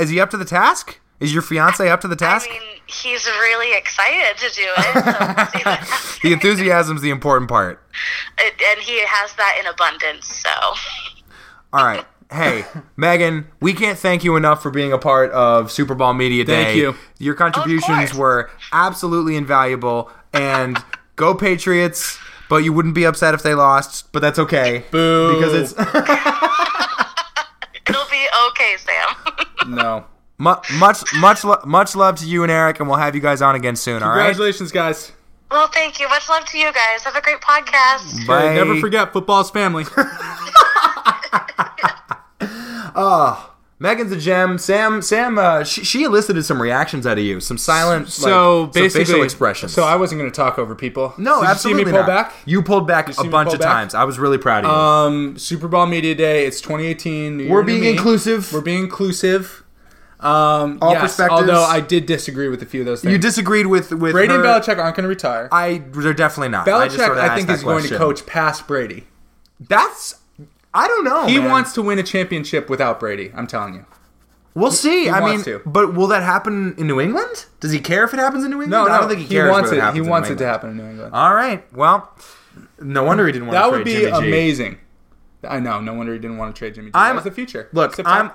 Speaker 1: is he up to the task? Is your fiance up to the
Speaker 3: I
Speaker 1: task?
Speaker 3: mean, he's really excited to do it. So we'll see what happens.
Speaker 1: the enthusiasm's the important part.
Speaker 3: It- and he has that in abundance, so.
Speaker 1: All right. Hey, Megan, we can't thank you enough for being a part of Super Bowl Media Day.
Speaker 2: Thank you.
Speaker 1: Your contributions
Speaker 3: course.
Speaker 1: were absolutely invaluable. And go Patriots, but you wouldn't be upset if they lost, but that's okay.
Speaker 2: Boo.
Speaker 1: Because it's
Speaker 3: It'll be okay, Sam.
Speaker 2: no.
Speaker 1: mu- much, much, lo- much love to you and Eric, and we'll have you guys on again soon, all right?
Speaker 2: Congratulations, guys.
Speaker 3: well, thank you. Much love to you guys. Have a great podcast.
Speaker 1: Bye.
Speaker 2: Never forget football's family.
Speaker 1: Megan's a gem. Sam, Sam, uh, she, she elicited some reactions out of you, some silent,
Speaker 2: so
Speaker 1: like, some
Speaker 2: basically,
Speaker 1: facial expressions.
Speaker 2: So I wasn't going to talk over people.
Speaker 1: no,
Speaker 2: Did
Speaker 1: absolutely
Speaker 2: You see me
Speaker 1: not.
Speaker 2: pull back.
Speaker 1: You pulled back a
Speaker 2: me
Speaker 1: bunch
Speaker 2: pull
Speaker 1: of
Speaker 2: back?
Speaker 1: times. I was really proud of you.
Speaker 2: Um, Super Bowl Media Day. It's 2018. New
Speaker 1: We're
Speaker 2: year, new
Speaker 1: being
Speaker 2: me.
Speaker 1: inclusive.
Speaker 2: We're being inclusive. Um,
Speaker 1: All
Speaker 2: yes,
Speaker 1: perspectives.
Speaker 2: Although I did disagree with a few of those things.
Speaker 1: You disagreed with with
Speaker 2: Brady
Speaker 1: her.
Speaker 2: and Belichick aren't going to retire.
Speaker 1: I they're definitely not. I, just
Speaker 2: Belichick,
Speaker 1: sorta
Speaker 2: I,
Speaker 1: asked
Speaker 2: think,
Speaker 1: that
Speaker 2: is going to
Speaker 1: question.
Speaker 2: coach past Brady.
Speaker 1: That's I don't know.
Speaker 2: He
Speaker 1: man.
Speaker 2: wants to win a championship without Brady. I'm telling you.
Speaker 1: We'll see. I
Speaker 2: wants
Speaker 1: mean,
Speaker 2: to.
Speaker 1: but will that happen in New England? Does he care if it happens in New England?
Speaker 2: No,
Speaker 1: I don't
Speaker 2: no,
Speaker 1: think he, cares.
Speaker 2: wants
Speaker 1: whether
Speaker 2: it. He
Speaker 1: happens in
Speaker 2: wants
Speaker 1: New
Speaker 2: it to
Speaker 1: England.
Speaker 2: happen in New England.
Speaker 1: All right. Well, no wonder he didn't want
Speaker 2: that
Speaker 1: to
Speaker 2: would
Speaker 1: trade
Speaker 2: be
Speaker 1: Jimmy G.
Speaker 2: amazing. I know. No wonder he didn't want to trade Jimmy G.
Speaker 1: I'm-
Speaker 2: That's the future.
Speaker 1: Look,
Speaker 2: Except
Speaker 1: I'm.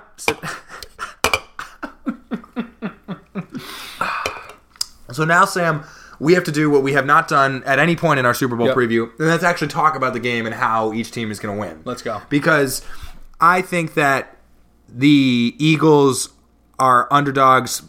Speaker 1: so now, Sam, we have to do what we have not done at any point in our Super Bowl
Speaker 2: Yep.
Speaker 1: preview, and that's actually talk about the game and how each team is going to win.
Speaker 2: Let's go.
Speaker 1: Because I think that the Eagles are underdogs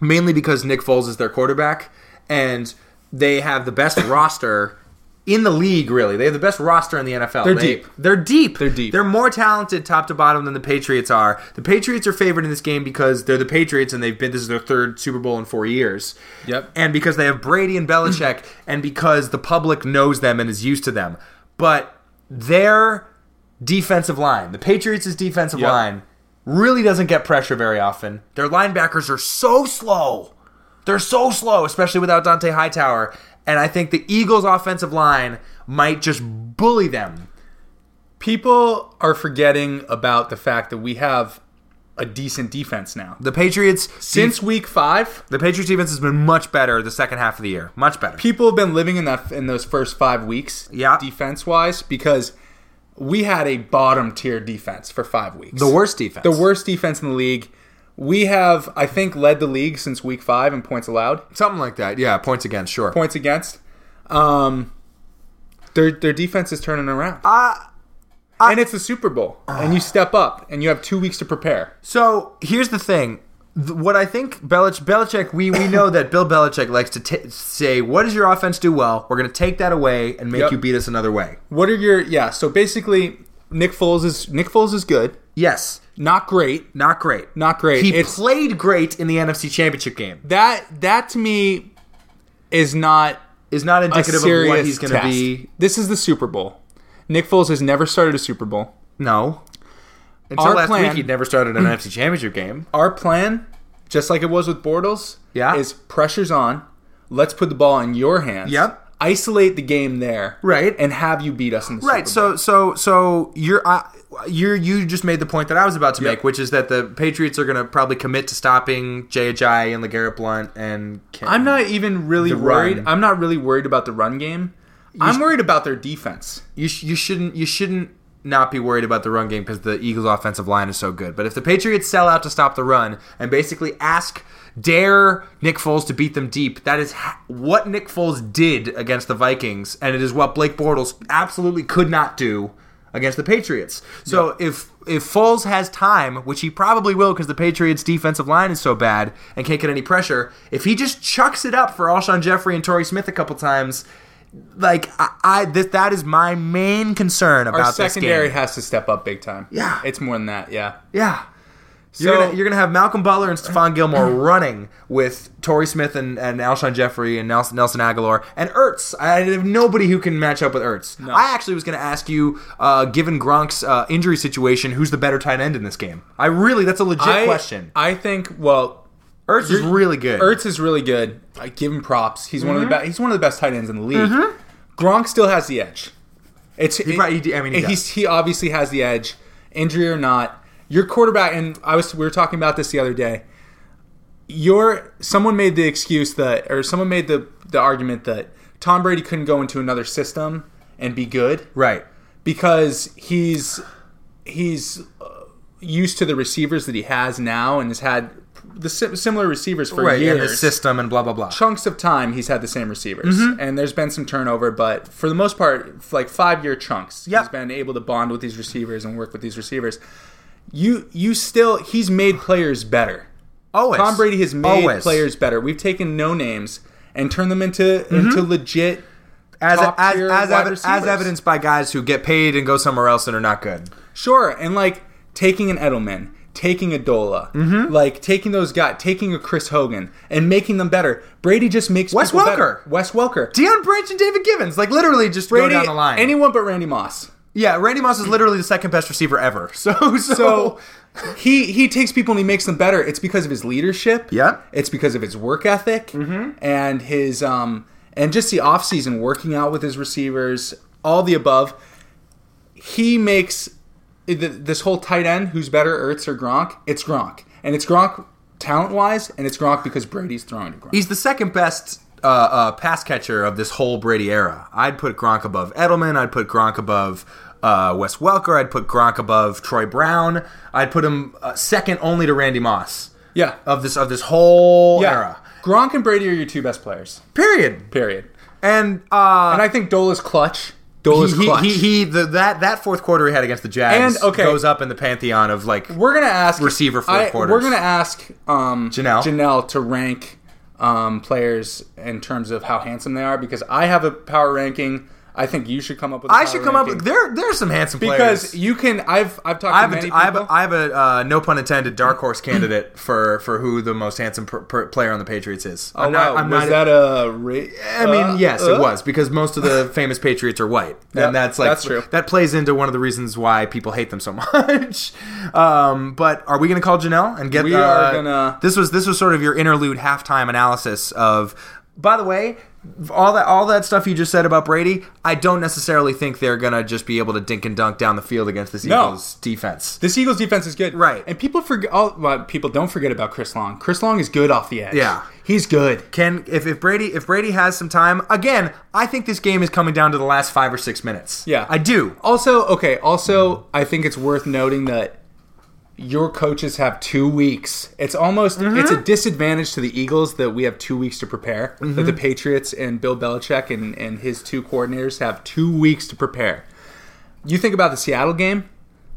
Speaker 1: mainly because Nick Foles is their quarterback, and they have the best roster in the league. Really, they have the best roster in the NFL.
Speaker 2: They're
Speaker 1: They-
Speaker 2: deep.
Speaker 1: They're deep.
Speaker 2: They're deep.
Speaker 1: They're more talented top to bottom than the Patriots are. The Patriots are favored in this game because they're the Patriots and they've been this is their third Super Bowl in four years.
Speaker 2: Yep.
Speaker 1: And because they have Brady and Belichick, and because the public knows them and is used to them. But their defensive line, the Patriots' defensive
Speaker 2: Yep.
Speaker 1: line, really doesn't get pressure very often. Their linebackers are so slow. They're so slow, especially without Dante Hightower. And I think the Eagles' offensive line might just bully them.
Speaker 2: people are forgetting about the fact that we have a decent defense now.
Speaker 1: The Patriots
Speaker 2: Since week five,
Speaker 1: The Patriots defense has been much better the second half of the year. Much better.
Speaker 2: people have been living in that in those first five weeks,
Speaker 1: Yeah.
Speaker 2: defense wise, because we had a bottom tier defense for five weeks.
Speaker 1: The worst defense.
Speaker 2: the worst defense in the league. We have, I think, led the league since week five in points allowed,
Speaker 1: Something like that. Yeah, points against, sure.
Speaker 2: points against. Um, their their defense is turning around,
Speaker 1: Uh,
Speaker 2: and it's the Super Bowl, and you step up, and you have two weeks to prepare.
Speaker 1: so here's the thing. Th- What I think Belich- Belichick, we, we know that Bill Belichick likes to t- say, What does your offense do well? We're going to take that away and make
Speaker 2: Yep.
Speaker 1: you beat us another way.
Speaker 2: What are your yeah? So basically, Nick Foles is Nick Foles is good,
Speaker 1: Yes,
Speaker 2: not great.
Speaker 1: not great.
Speaker 2: Not great.
Speaker 1: He
Speaker 2: It's-
Speaker 1: played great in the NFC Championship game.
Speaker 2: That that to me is not
Speaker 1: Is not indicative of what he's going to
Speaker 2: test.
Speaker 1: be.
Speaker 2: This is the Super Bowl. Nick Foles has never started a Super Bowl.
Speaker 1: No. Until
Speaker 2: Our
Speaker 1: last week,
Speaker 2: plan-
Speaker 1: he'd never started an NFC Championship game.
Speaker 2: Our plan, just like it was with Bortles,
Speaker 1: Yeah.
Speaker 2: is pressures on. Let's put the ball in your hands.
Speaker 1: Yep.
Speaker 2: isolate the game there,
Speaker 1: Right.
Speaker 2: and have you beat us in the
Speaker 1: Right.
Speaker 2: Super Bowl.
Speaker 1: So so so you're uh, you're you just made the point that I was about to make, which is that the Patriots are going to probably commit to stopping JHI and LeGarrette Blunt and Kim.
Speaker 2: I'm not even really
Speaker 1: The
Speaker 2: worried.
Speaker 1: run.
Speaker 2: I'm not really worried about the run game. I'm worried about their defense.
Speaker 1: You sh- you shouldn't you shouldn't not be worried about the run game because the Eagles' offensive line is so good. But if the Patriots sell out to stop the run and basically ask dare Nick Foles to beat them deep, that is ha- what Nick Foles did against the Vikings, and it is what Blake Bortles absolutely could not do against the Patriots. So if if Foles has time, which he probably will because the Patriots' defensive line is so bad and can't get any pressure, if he just chucks it up for Alshon Jeffrey and Torrey Smith a couple times, like I, I this, that is my main concern about
Speaker 2: Our
Speaker 1: this
Speaker 2: secondary
Speaker 1: game.
Speaker 2: has to step up big time.
Speaker 1: Yeah.
Speaker 2: it's more than that. Yeah.
Speaker 1: Yeah. You're,
Speaker 2: So-
Speaker 1: gonna, you're gonna have Malcolm Butler and Stephon Gilmore running with Torrey Smith and, and Alshon Jeffrey and Nelson, Nelson Aguilar and Ertz. I have nobody who can match up with Ertz. I actually was gonna ask you, uh, given Gronk's uh, injury situation, who's the better tight end in this game? I really, that's a legit
Speaker 2: I,
Speaker 1: question.
Speaker 2: I think. Well,
Speaker 1: Ertz is
Speaker 2: you're-
Speaker 1: really good.
Speaker 2: Ertz is really good. I give him props. He's one of the
Speaker 1: Mm-hmm.
Speaker 2: best. He's one of the best tight ends in the league. Gronk still has the edge. It's he,
Speaker 1: probably- Mm-hmm. he- I mean, he does.
Speaker 2: he's, he obviously has the edge, injury or not. Your quarterback and I was we were talking about this the other day. Your someone made the excuse that or someone made the the argument that Tom Brady couldn't go into another system and be good
Speaker 1: right.
Speaker 2: because he's he's uh, used to the receivers that he has now and has had the si- similar receivers for
Speaker 1: Right.
Speaker 2: years
Speaker 1: And the system and blah blah blah.
Speaker 2: chunks of time he's had the same receivers and there's been some turnover but for the most part f- like five year chunks
Speaker 1: Yep.
Speaker 2: he's been able to bond with these receivers and work with these receivers you you still he's made players better
Speaker 1: Always.
Speaker 2: tom brady has made
Speaker 1: Always.
Speaker 2: players better we've taken no names and turned them into into legit
Speaker 1: as
Speaker 2: top
Speaker 1: as,
Speaker 2: tier
Speaker 1: as,
Speaker 2: wide
Speaker 1: evi- as
Speaker 2: receivers.
Speaker 1: evidenced by guys who get paid and go somewhere else and are not good.
Speaker 2: Sure, and like taking an Edelman, taking a Dola, like taking those guys, taking a Chris Hogan, and making them better. Brady just makes
Speaker 1: Wes Welker.
Speaker 2: people better. Wes Welker,
Speaker 1: Deion Branch and David Givens, like literally just go
Speaker 2: Brady,
Speaker 1: down the line.
Speaker 2: anyone but Randy Moss.
Speaker 1: yeah, Randy Moss is literally the second best receiver ever. So Mm. so,
Speaker 2: So he he takes people and he makes them better. It's because of his leadership.
Speaker 1: Yeah. Mm-hmm.
Speaker 2: It's because of his work ethic and his um and just the offseason working out with his receivers, all the above. He makes th- this whole tight end who's better, Ertz or Gronk. It's Gronk, and it's Gronk talent wise, and it's Gronk because Brady's throwing to Gronk.
Speaker 1: he's the second best uh, uh, pass catcher of this whole Brady era. I'd put Gronk above Edelman. I'd put Gronk above uh, Wes Welker. I'd put Gronk above Troy Brown. I'd put him uh, second only to Randy Moss
Speaker 2: yeah.
Speaker 1: of this of this whole
Speaker 2: yeah.
Speaker 1: era.
Speaker 2: Gronk and Brady are your two best players.
Speaker 1: Period.
Speaker 2: Period.
Speaker 1: And uh,
Speaker 2: And I think Dola's clutch.
Speaker 1: he,
Speaker 2: Dola's
Speaker 1: he,
Speaker 2: clutch.
Speaker 1: he, he the, that that fourth quarter he had against the Jags
Speaker 2: And, okay.
Speaker 1: goes up in the pantheon of like
Speaker 2: We're gonna ask
Speaker 1: Receiver fourth
Speaker 2: I-
Speaker 1: quarters.
Speaker 2: We're gonna ask um,
Speaker 1: Janelle.
Speaker 2: Janelle to rank um, players in terms of how handsome they are because I have a power ranking. I think you should come up with. I
Speaker 1: I should come up. with There, there's some handsome players.
Speaker 2: because you can. I've I've talked
Speaker 1: I
Speaker 2: to
Speaker 1: have,
Speaker 2: many
Speaker 1: a, I have, a,
Speaker 2: people.
Speaker 1: I have a uh, no pun intended dark horse candidate for, for who the most handsome pr- pr- player on the Patriots is.
Speaker 2: oh,
Speaker 1: I'm not,
Speaker 2: wow.
Speaker 1: I'm
Speaker 2: was
Speaker 1: not-
Speaker 2: that a? Ra-
Speaker 1: I mean,
Speaker 2: uh,
Speaker 1: yes,
Speaker 2: uh?
Speaker 1: it was because most of the famous Patriots are white,
Speaker 2: Yep,
Speaker 1: and that's like
Speaker 2: that's true.
Speaker 1: That plays into one of the reasons why people hate them so much. um, but are we going to call Janelle and get?
Speaker 2: We
Speaker 1: uh,
Speaker 2: are gonna-
Speaker 1: This was this was sort of your interlude halftime analysis of. By the way, all that all that stuff you just said about Brady, I don't necessarily think they're going to just be able to dink and dunk down the field against this
Speaker 2: No.
Speaker 1: Eagles defense.
Speaker 2: This Eagles defense is good,
Speaker 1: Right.
Speaker 2: And people forget. All, well, people don't forget about Chris Long. Chris Long is good off the edge.
Speaker 1: Yeah.
Speaker 2: he's good.
Speaker 1: Can if, if Brady if Brady has some time again, I think this game is coming down to the last five or six minutes.
Speaker 2: Yeah.
Speaker 1: I do.
Speaker 2: Also, okay, also I think it's worth noting that your coaches have 2 weeks. It's almost
Speaker 1: Mm-hmm.
Speaker 2: it's a disadvantage to the Eagles that we have 2 weeks to prepare. That
Speaker 1: Mm-hmm.
Speaker 2: the Patriots and Bill Belichick and and his two coordinators have 2 weeks to prepare. You think about the Seattle game,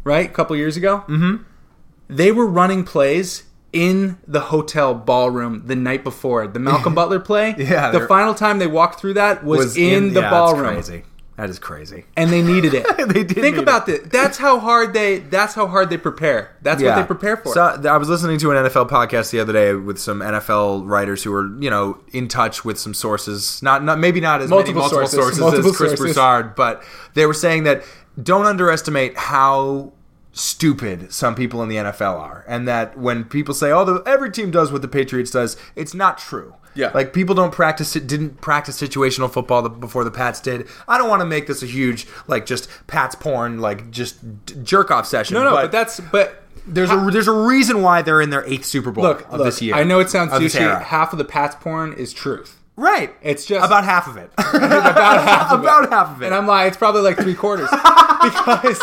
Speaker 2: right? A couple years ago? Mhm.
Speaker 1: Mm-hmm.
Speaker 2: They were running plays in the hotel ballroom the night before. The Malcolm Butler play,
Speaker 1: Yeah,
Speaker 2: the
Speaker 1: they're-
Speaker 2: final time they walked through that was,
Speaker 1: Was
Speaker 2: in, the
Speaker 1: yeah, that's
Speaker 2: ballroom
Speaker 1: Crazy. That is crazy.
Speaker 2: and they needed it.
Speaker 1: They did
Speaker 2: Think
Speaker 1: need
Speaker 2: about it. That's how hard they. That's how hard they prepare. That's what they prepare for.
Speaker 1: So, th- I was listening to an NFL podcast the other day with some NFL writers who were, you know, in touch with some sources. Not, not maybe not as many
Speaker 2: Multiple
Speaker 1: multiple sources,
Speaker 2: sources. Multiple
Speaker 1: as Chris
Speaker 2: sources.
Speaker 1: Broussard, but they were saying that don't underestimate how stupid some people in the NFL are, and that when people say, "Oh, the, every team does what the Patriots does," it's not true.
Speaker 2: Yeah.
Speaker 1: like people don't practice it. Didn't practice situational football the, before the Pats did. I don't want to make this a huge like just Pats porn like just d- jerk off session.
Speaker 2: No, no, but, that's but
Speaker 1: there's a there's a reason why they're in their eighth Super Bowl
Speaker 2: look,
Speaker 1: of
Speaker 2: look,
Speaker 1: this year.
Speaker 2: I know it sounds
Speaker 1: of this
Speaker 2: douchey.
Speaker 1: era.
Speaker 2: Half of the Pats porn is truth.
Speaker 1: right.
Speaker 2: It's just
Speaker 1: about half of it.
Speaker 2: about half of
Speaker 1: about
Speaker 2: it.
Speaker 1: half of it.
Speaker 2: And I'm like, it's probably like three quarters because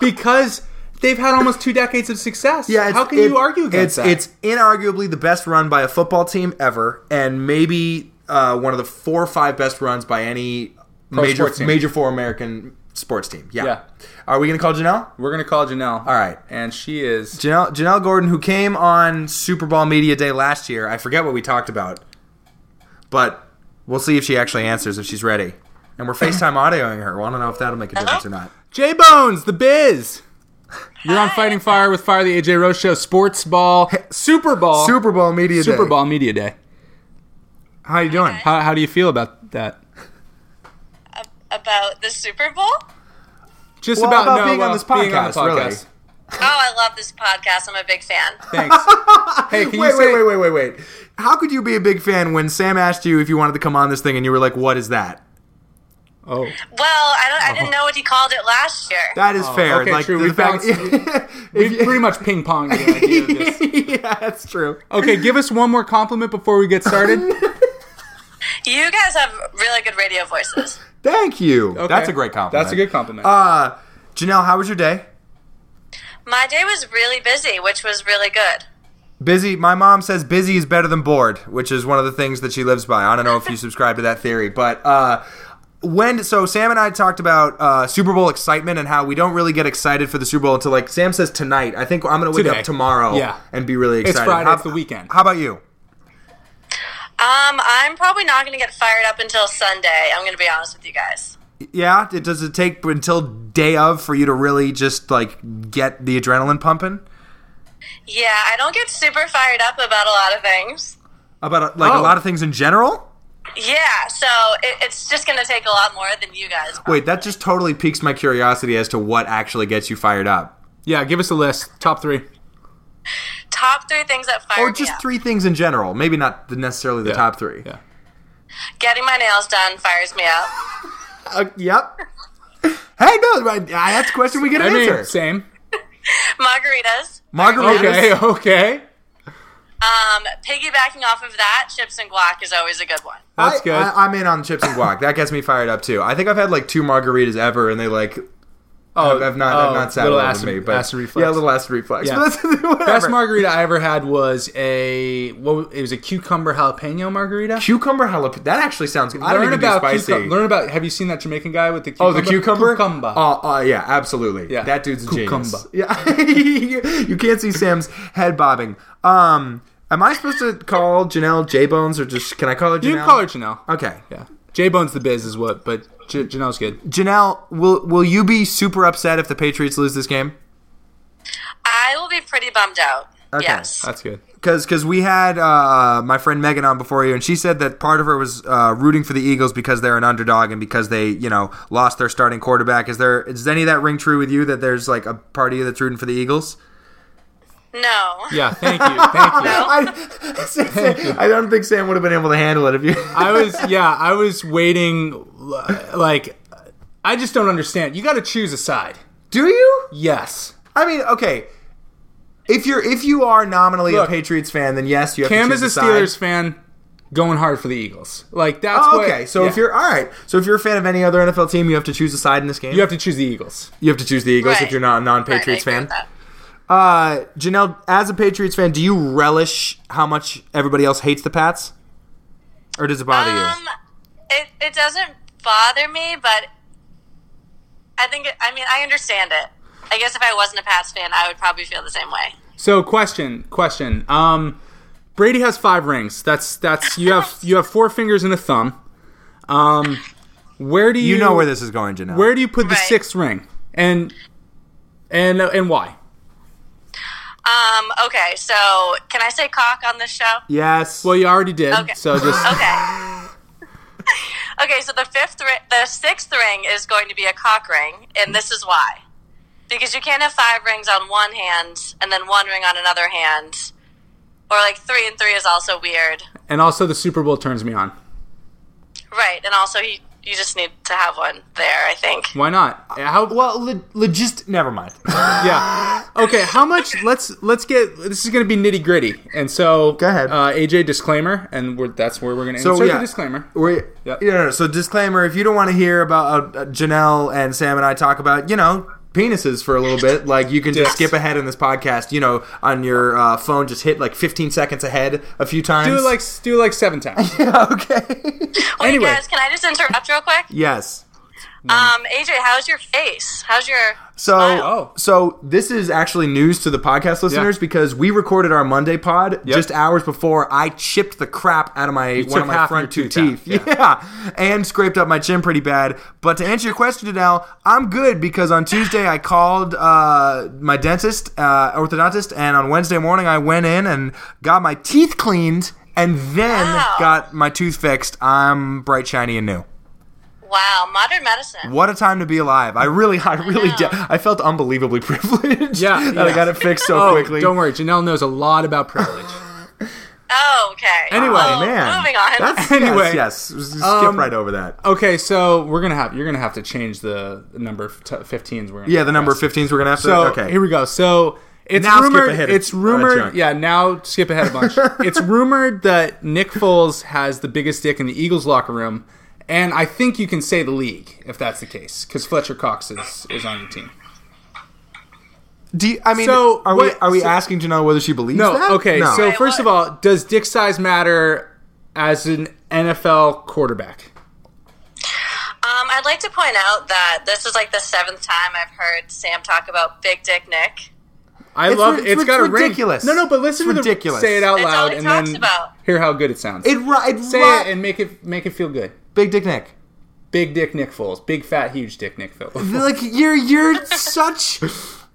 Speaker 2: because they've had almost two decades of success.
Speaker 1: Yeah, it's-
Speaker 2: how can
Speaker 1: it-
Speaker 2: you argue
Speaker 1: it's,
Speaker 2: against that?
Speaker 1: It's inarguably the best run by a football team ever, and maybe uh, one of the four or five best runs by any major
Speaker 2: sports team.
Speaker 1: major four American sports team. Yeah.
Speaker 2: Yeah.
Speaker 1: Are we gonna call Janelle?
Speaker 2: we're gonna call Janelle. All
Speaker 1: right.
Speaker 2: and she is
Speaker 1: Janelle Janelle Gordon, who came on Super Bowl Media Day last year. I forget what we talked about, but we'll see if she actually answers if she's ready. And we're FaceTime audioing her. Well, I don't know if that'll make a difference or not.
Speaker 2: J Bones, the Biz. You're on Fighting Fire with Fire, the AJ Rose Show, Sports Ball, Super Ball,
Speaker 1: Super Bowl Media Day.
Speaker 2: Super Bowl Media Day.
Speaker 1: How you doing?
Speaker 2: How, how do you feel about that?
Speaker 3: Ab- About the Super Bowl? Oh,
Speaker 2: Just
Speaker 1: Well,
Speaker 2: about,
Speaker 1: about
Speaker 2: no,
Speaker 1: being on
Speaker 2: well,
Speaker 1: this
Speaker 2: being on the
Speaker 1: podcast, really.
Speaker 2: podcast.
Speaker 3: I love this podcast. I'm a big fan.
Speaker 2: Thanks. hey, can
Speaker 1: Wait,
Speaker 2: you say,
Speaker 1: wait, wait, wait, wait, wait. How could you be a big fan when Sam asked you if you wanted to come on this thing and you were like, "What is that?"
Speaker 2: Oh,
Speaker 3: Well, I don't. I didn't know what he called it last year.
Speaker 1: That is fair.
Speaker 2: Oh, okay,
Speaker 1: like
Speaker 2: true.
Speaker 1: the
Speaker 2: We
Speaker 1: fact,
Speaker 2: we pretty much ping pong the idea of this.
Speaker 1: yeah, that's true.
Speaker 2: Okay, give us one more compliment before we get started.
Speaker 3: You guys have really good radio voices.
Speaker 1: Thank you.
Speaker 2: Okay.
Speaker 1: That's a great compliment.
Speaker 2: That's a good compliment.
Speaker 1: Uh, Janelle, how was your day?
Speaker 3: My day was really busy, which was really good.
Speaker 1: Busy. My mom says busy is better than bored, which is one of the things that she lives by. I don't know if you subscribe to that theory, but uh, when so Sam and I talked about uh, Super Bowl excitement and how we don't really get excited for the Super Bowl until like Sam says tonight. I think I'm gonna wake
Speaker 2: Today.
Speaker 1: up tomorrow
Speaker 2: Yeah.
Speaker 1: and be really excited.
Speaker 2: Friday,
Speaker 1: How-
Speaker 2: it's the weekend.
Speaker 1: How about you?
Speaker 3: Um, I'm probably not going to get fired up until Sunday. I'm going to be honest with you guys.
Speaker 1: Yeah. It, does it take until day of for you to really just like get the adrenaline pumping?
Speaker 3: Yeah, I don't get super fired up about a lot of things.
Speaker 1: About uh, like a
Speaker 2: Oh.
Speaker 1: lot of things in general.
Speaker 3: Yeah, so it, it's just going to take a lot more than you guys.
Speaker 1: Wait, that just totally piques my curiosity as to what actually gets you fired up,
Speaker 2: yeah, give us a list. Top three.
Speaker 3: Top three things that fire
Speaker 1: or
Speaker 3: me
Speaker 1: just
Speaker 3: up.
Speaker 1: three things in general. Maybe not the, necessarily the
Speaker 2: Yeah.
Speaker 1: top three.
Speaker 2: Yeah.
Speaker 3: Getting my nails done fires me up.
Speaker 1: Uh, yep. hey, no, I- I- that's a question we get
Speaker 2: I
Speaker 1: an
Speaker 2: mean,
Speaker 1: answer.
Speaker 2: same.
Speaker 3: Margaritas.
Speaker 1: Margaritas.
Speaker 2: Okay, okay.
Speaker 3: Um, piggybacking off of that, chips and guac is always a good one.
Speaker 2: That's
Speaker 1: I,
Speaker 2: good.
Speaker 1: I, am in on chips and guac. That gets me fired up too. I think I've had like two margaritas ever, and they like
Speaker 2: oh,
Speaker 1: have not have not sat
Speaker 2: little
Speaker 1: well with
Speaker 2: acid,
Speaker 1: me. But
Speaker 2: acid reflex.
Speaker 1: yeah, little acid reflex.
Speaker 2: Yeah.
Speaker 1: But that's- whatever.
Speaker 2: Best margarita I ever had was a what? It was a cucumber jalapeno margarita.
Speaker 1: cucumber jalapeno. That actually sounds. I don't
Speaker 2: learn
Speaker 1: even
Speaker 2: about
Speaker 1: do spicy.
Speaker 2: cucum- learn about. Have you seen that Jamaican guy with the cucumber?
Speaker 1: Oh, the cucumber?
Speaker 2: Cucumber.
Speaker 1: Oh, oh, yeah, absolutely.
Speaker 2: Yeah.
Speaker 1: That dude's a genius.
Speaker 2: Cucumber.
Speaker 1: Yeah. you can't see Sam's head bobbing. Um, am I supposed to call Janelle J Bones or just can I call her Janelle?
Speaker 2: you can call her Janelle.
Speaker 1: Okay.
Speaker 2: Yeah. J Bone's the biz is what, but J- Janelle's good.
Speaker 1: Janelle, will will you be super upset if the Patriots lose this game?
Speaker 3: I will be pretty bummed out. Yes.
Speaker 1: Uh,
Speaker 2: That's good.
Speaker 1: Because because we had uh, my friend Megan on before you, and she said that part of her was uh, rooting for the Eagles because they're an underdog and because they you know lost their starting quarterback. Is there is any of that ring true with you that there's like a part of you that's rooting for the Eagles?
Speaker 3: No.
Speaker 2: Yeah. Thank you. Thank you.
Speaker 1: I, Sam- Sam- I don't think Sam would have been able to handle it if you.
Speaker 2: I was yeah, I was waiting l- like I just don't understand. You got to choose a side.
Speaker 1: Do you?
Speaker 2: Yes.
Speaker 1: I mean, okay. If you're if you are nominally
Speaker 2: Look,
Speaker 1: a Patriots fan, then yes, you have
Speaker 2: Cam
Speaker 1: to
Speaker 2: is
Speaker 1: choose
Speaker 2: a
Speaker 1: side.
Speaker 2: Steelers fan going hard for the Eagles. Like that's
Speaker 1: Oh,
Speaker 2: what-
Speaker 1: okay, so if
Speaker 2: yeah.
Speaker 1: you're all right, so if you're a fan of any other NFL team, you have to choose a side in this game.
Speaker 2: you have to choose the Eagles.
Speaker 1: You have to choose the Eagles
Speaker 3: Right.
Speaker 1: if you're not a
Speaker 3: Right, I
Speaker 1: non-Patriots
Speaker 3: agree
Speaker 1: fan.
Speaker 3: with that.
Speaker 1: Uh, Janelle, as a Patriots fan, do you relish how much everybody else hates the Pats, or does it bother
Speaker 3: Um, it, it doesn't bother me, but I think, it, I mean, I understand it. I guess if I wasn't a Pats fan, I would probably feel the same way.
Speaker 2: So question, question. Um Brady has 5 rings. That's that's you have you have four fingers and a thumb. Um where do
Speaker 1: you?
Speaker 2: you
Speaker 1: You know where this is going, Janelle.
Speaker 2: Where do you put the
Speaker 3: Right.
Speaker 2: sixth ring? And and and why?
Speaker 3: Um, okay, so can I say cock on this show?
Speaker 1: yes.
Speaker 2: Well, you already did.
Speaker 3: Okay.
Speaker 2: So just
Speaker 3: Okay. okay, so the fifth, ri- the sixth ring is going to be a cock ring, and this is why.
Speaker 5: Because you can't have five rings on one hand and then one ring on another hand. Or like three and three is also weird.
Speaker 2: And also, the Super Bowl turns me on.
Speaker 5: Right, and also you, you just need to have one there, I think.
Speaker 2: Why not? How
Speaker 6: Well, lo- logist. Never mind.
Speaker 2: yeah. Okay, how much? Let's let's get. This is going to be nitty gritty, and so
Speaker 1: Go ahead.
Speaker 2: Uh, AJ disclaimer, and we're, that's where we're going to
Speaker 1: So
Speaker 2: insert
Speaker 1: yeah,
Speaker 2: the disclaimer.
Speaker 1: We,
Speaker 2: Yep.
Speaker 1: yeah. no, no, So disclaimer: if you don't want to hear about uh, uh, Janelle and Sam and I talk about, you know, penises for a little bit, like you can just
Speaker 2: Dicks.
Speaker 1: skip ahead in this podcast. You know, on your uh, phone, just hit like 15 seconds ahead a few times.
Speaker 2: Do it like do it like seven times.
Speaker 1: okay.
Speaker 5: Wait,
Speaker 2: Anyway.
Speaker 5: guys, can I just interrupt real quick?
Speaker 1: yes.
Speaker 5: Um, AJ, how's your face? How's your
Speaker 1: So,
Speaker 2: Oh.
Speaker 1: so this is actually news to the podcast listeners
Speaker 2: Yeah.
Speaker 1: because we recorded our Monday pod just hours before I chipped the crap out of my one
Speaker 2: took
Speaker 1: of my
Speaker 2: half your
Speaker 1: front two
Speaker 2: tooth
Speaker 1: teeth.
Speaker 2: out,
Speaker 1: Yeah. and scraped up my chin pretty bad. But to answer your question, Janelle, I'm good because on Tuesday I called uh, my dentist, uh, orthodontist, and on Wednesday morning I went in and got my teeth cleaned and then
Speaker 5: Wow.
Speaker 1: got my tooth fixed. I'm bright, shiny, and new.
Speaker 5: wow modern medicine?
Speaker 1: What a time to be alive! I really, I really, did. I felt unbelievably privileged.
Speaker 2: Yeah,
Speaker 1: that
Speaker 2: yeah.
Speaker 1: I got it fixed so
Speaker 2: Oh,
Speaker 1: quickly.
Speaker 2: don't worry, Janelle knows a lot about privilege.
Speaker 5: Oh, okay.
Speaker 2: Anyway,
Speaker 5: Oh,
Speaker 1: man.
Speaker 5: moving on.
Speaker 1: That's,
Speaker 2: Anyway.
Speaker 1: anyway, yes, yes. skip
Speaker 2: Um,
Speaker 1: right over that.
Speaker 2: Okay, so we're gonna have you're gonna have to change the number of t- 15s. We're gonna
Speaker 1: Yeah, the number 15s we're gonna have to.
Speaker 2: So
Speaker 1: okay,
Speaker 2: here we go. So it's
Speaker 1: Now skip
Speaker 2: rumored.
Speaker 1: ahead a-
Speaker 2: it's
Speaker 1: a
Speaker 2: rumored.
Speaker 1: chunk.
Speaker 2: yeah, now skip ahead a bunch. it's rumored that Nick Foles has the biggest dick in the Eagles locker room, and I think you can say the league if that's the case, because Fletcher Cox is is on your team.
Speaker 1: Do you, I mean,
Speaker 2: So,
Speaker 1: are we
Speaker 2: what-
Speaker 1: are we
Speaker 2: so-
Speaker 1: asking Janelle whether she believes
Speaker 2: No,
Speaker 1: that?
Speaker 2: okay.
Speaker 1: No.
Speaker 2: So
Speaker 5: Wait,
Speaker 2: first of all, does dick size matter as an NFL quarterback?
Speaker 5: Um, I'd like to point out that this is like the seventh time I've heard Sam talk about Big Dick Nick.
Speaker 2: I
Speaker 1: It's
Speaker 2: love
Speaker 1: rid-
Speaker 2: it's
Speaker 1: it's
Speaker 2: got a ring.
Speaker 1: ridiculous.
Speaker 2: No, no, but listen
Speaker 1: It's
Speaker 2: to the
Speaker 1: ridiculous.
Speaker 2: say it out
Speaker 5: That's all
Speaker 2: loud
Speaker 5: he
Speaker 2: and
Speaker 5: talks
Speaker 2: then
Speaker 5: about.
Speaker 2: hear how good it sounds.
Speaker 1: it ri- it
Speaker 2: say
Speaker 1: ri-
Speaker 2: it and make it make it feel good.
Speaker 1: Big Dick Nick.
Speaker 2: Big Dick Nick Foles, big fat huge Dick Nick Foles.
Speaker 1: Like you're you're such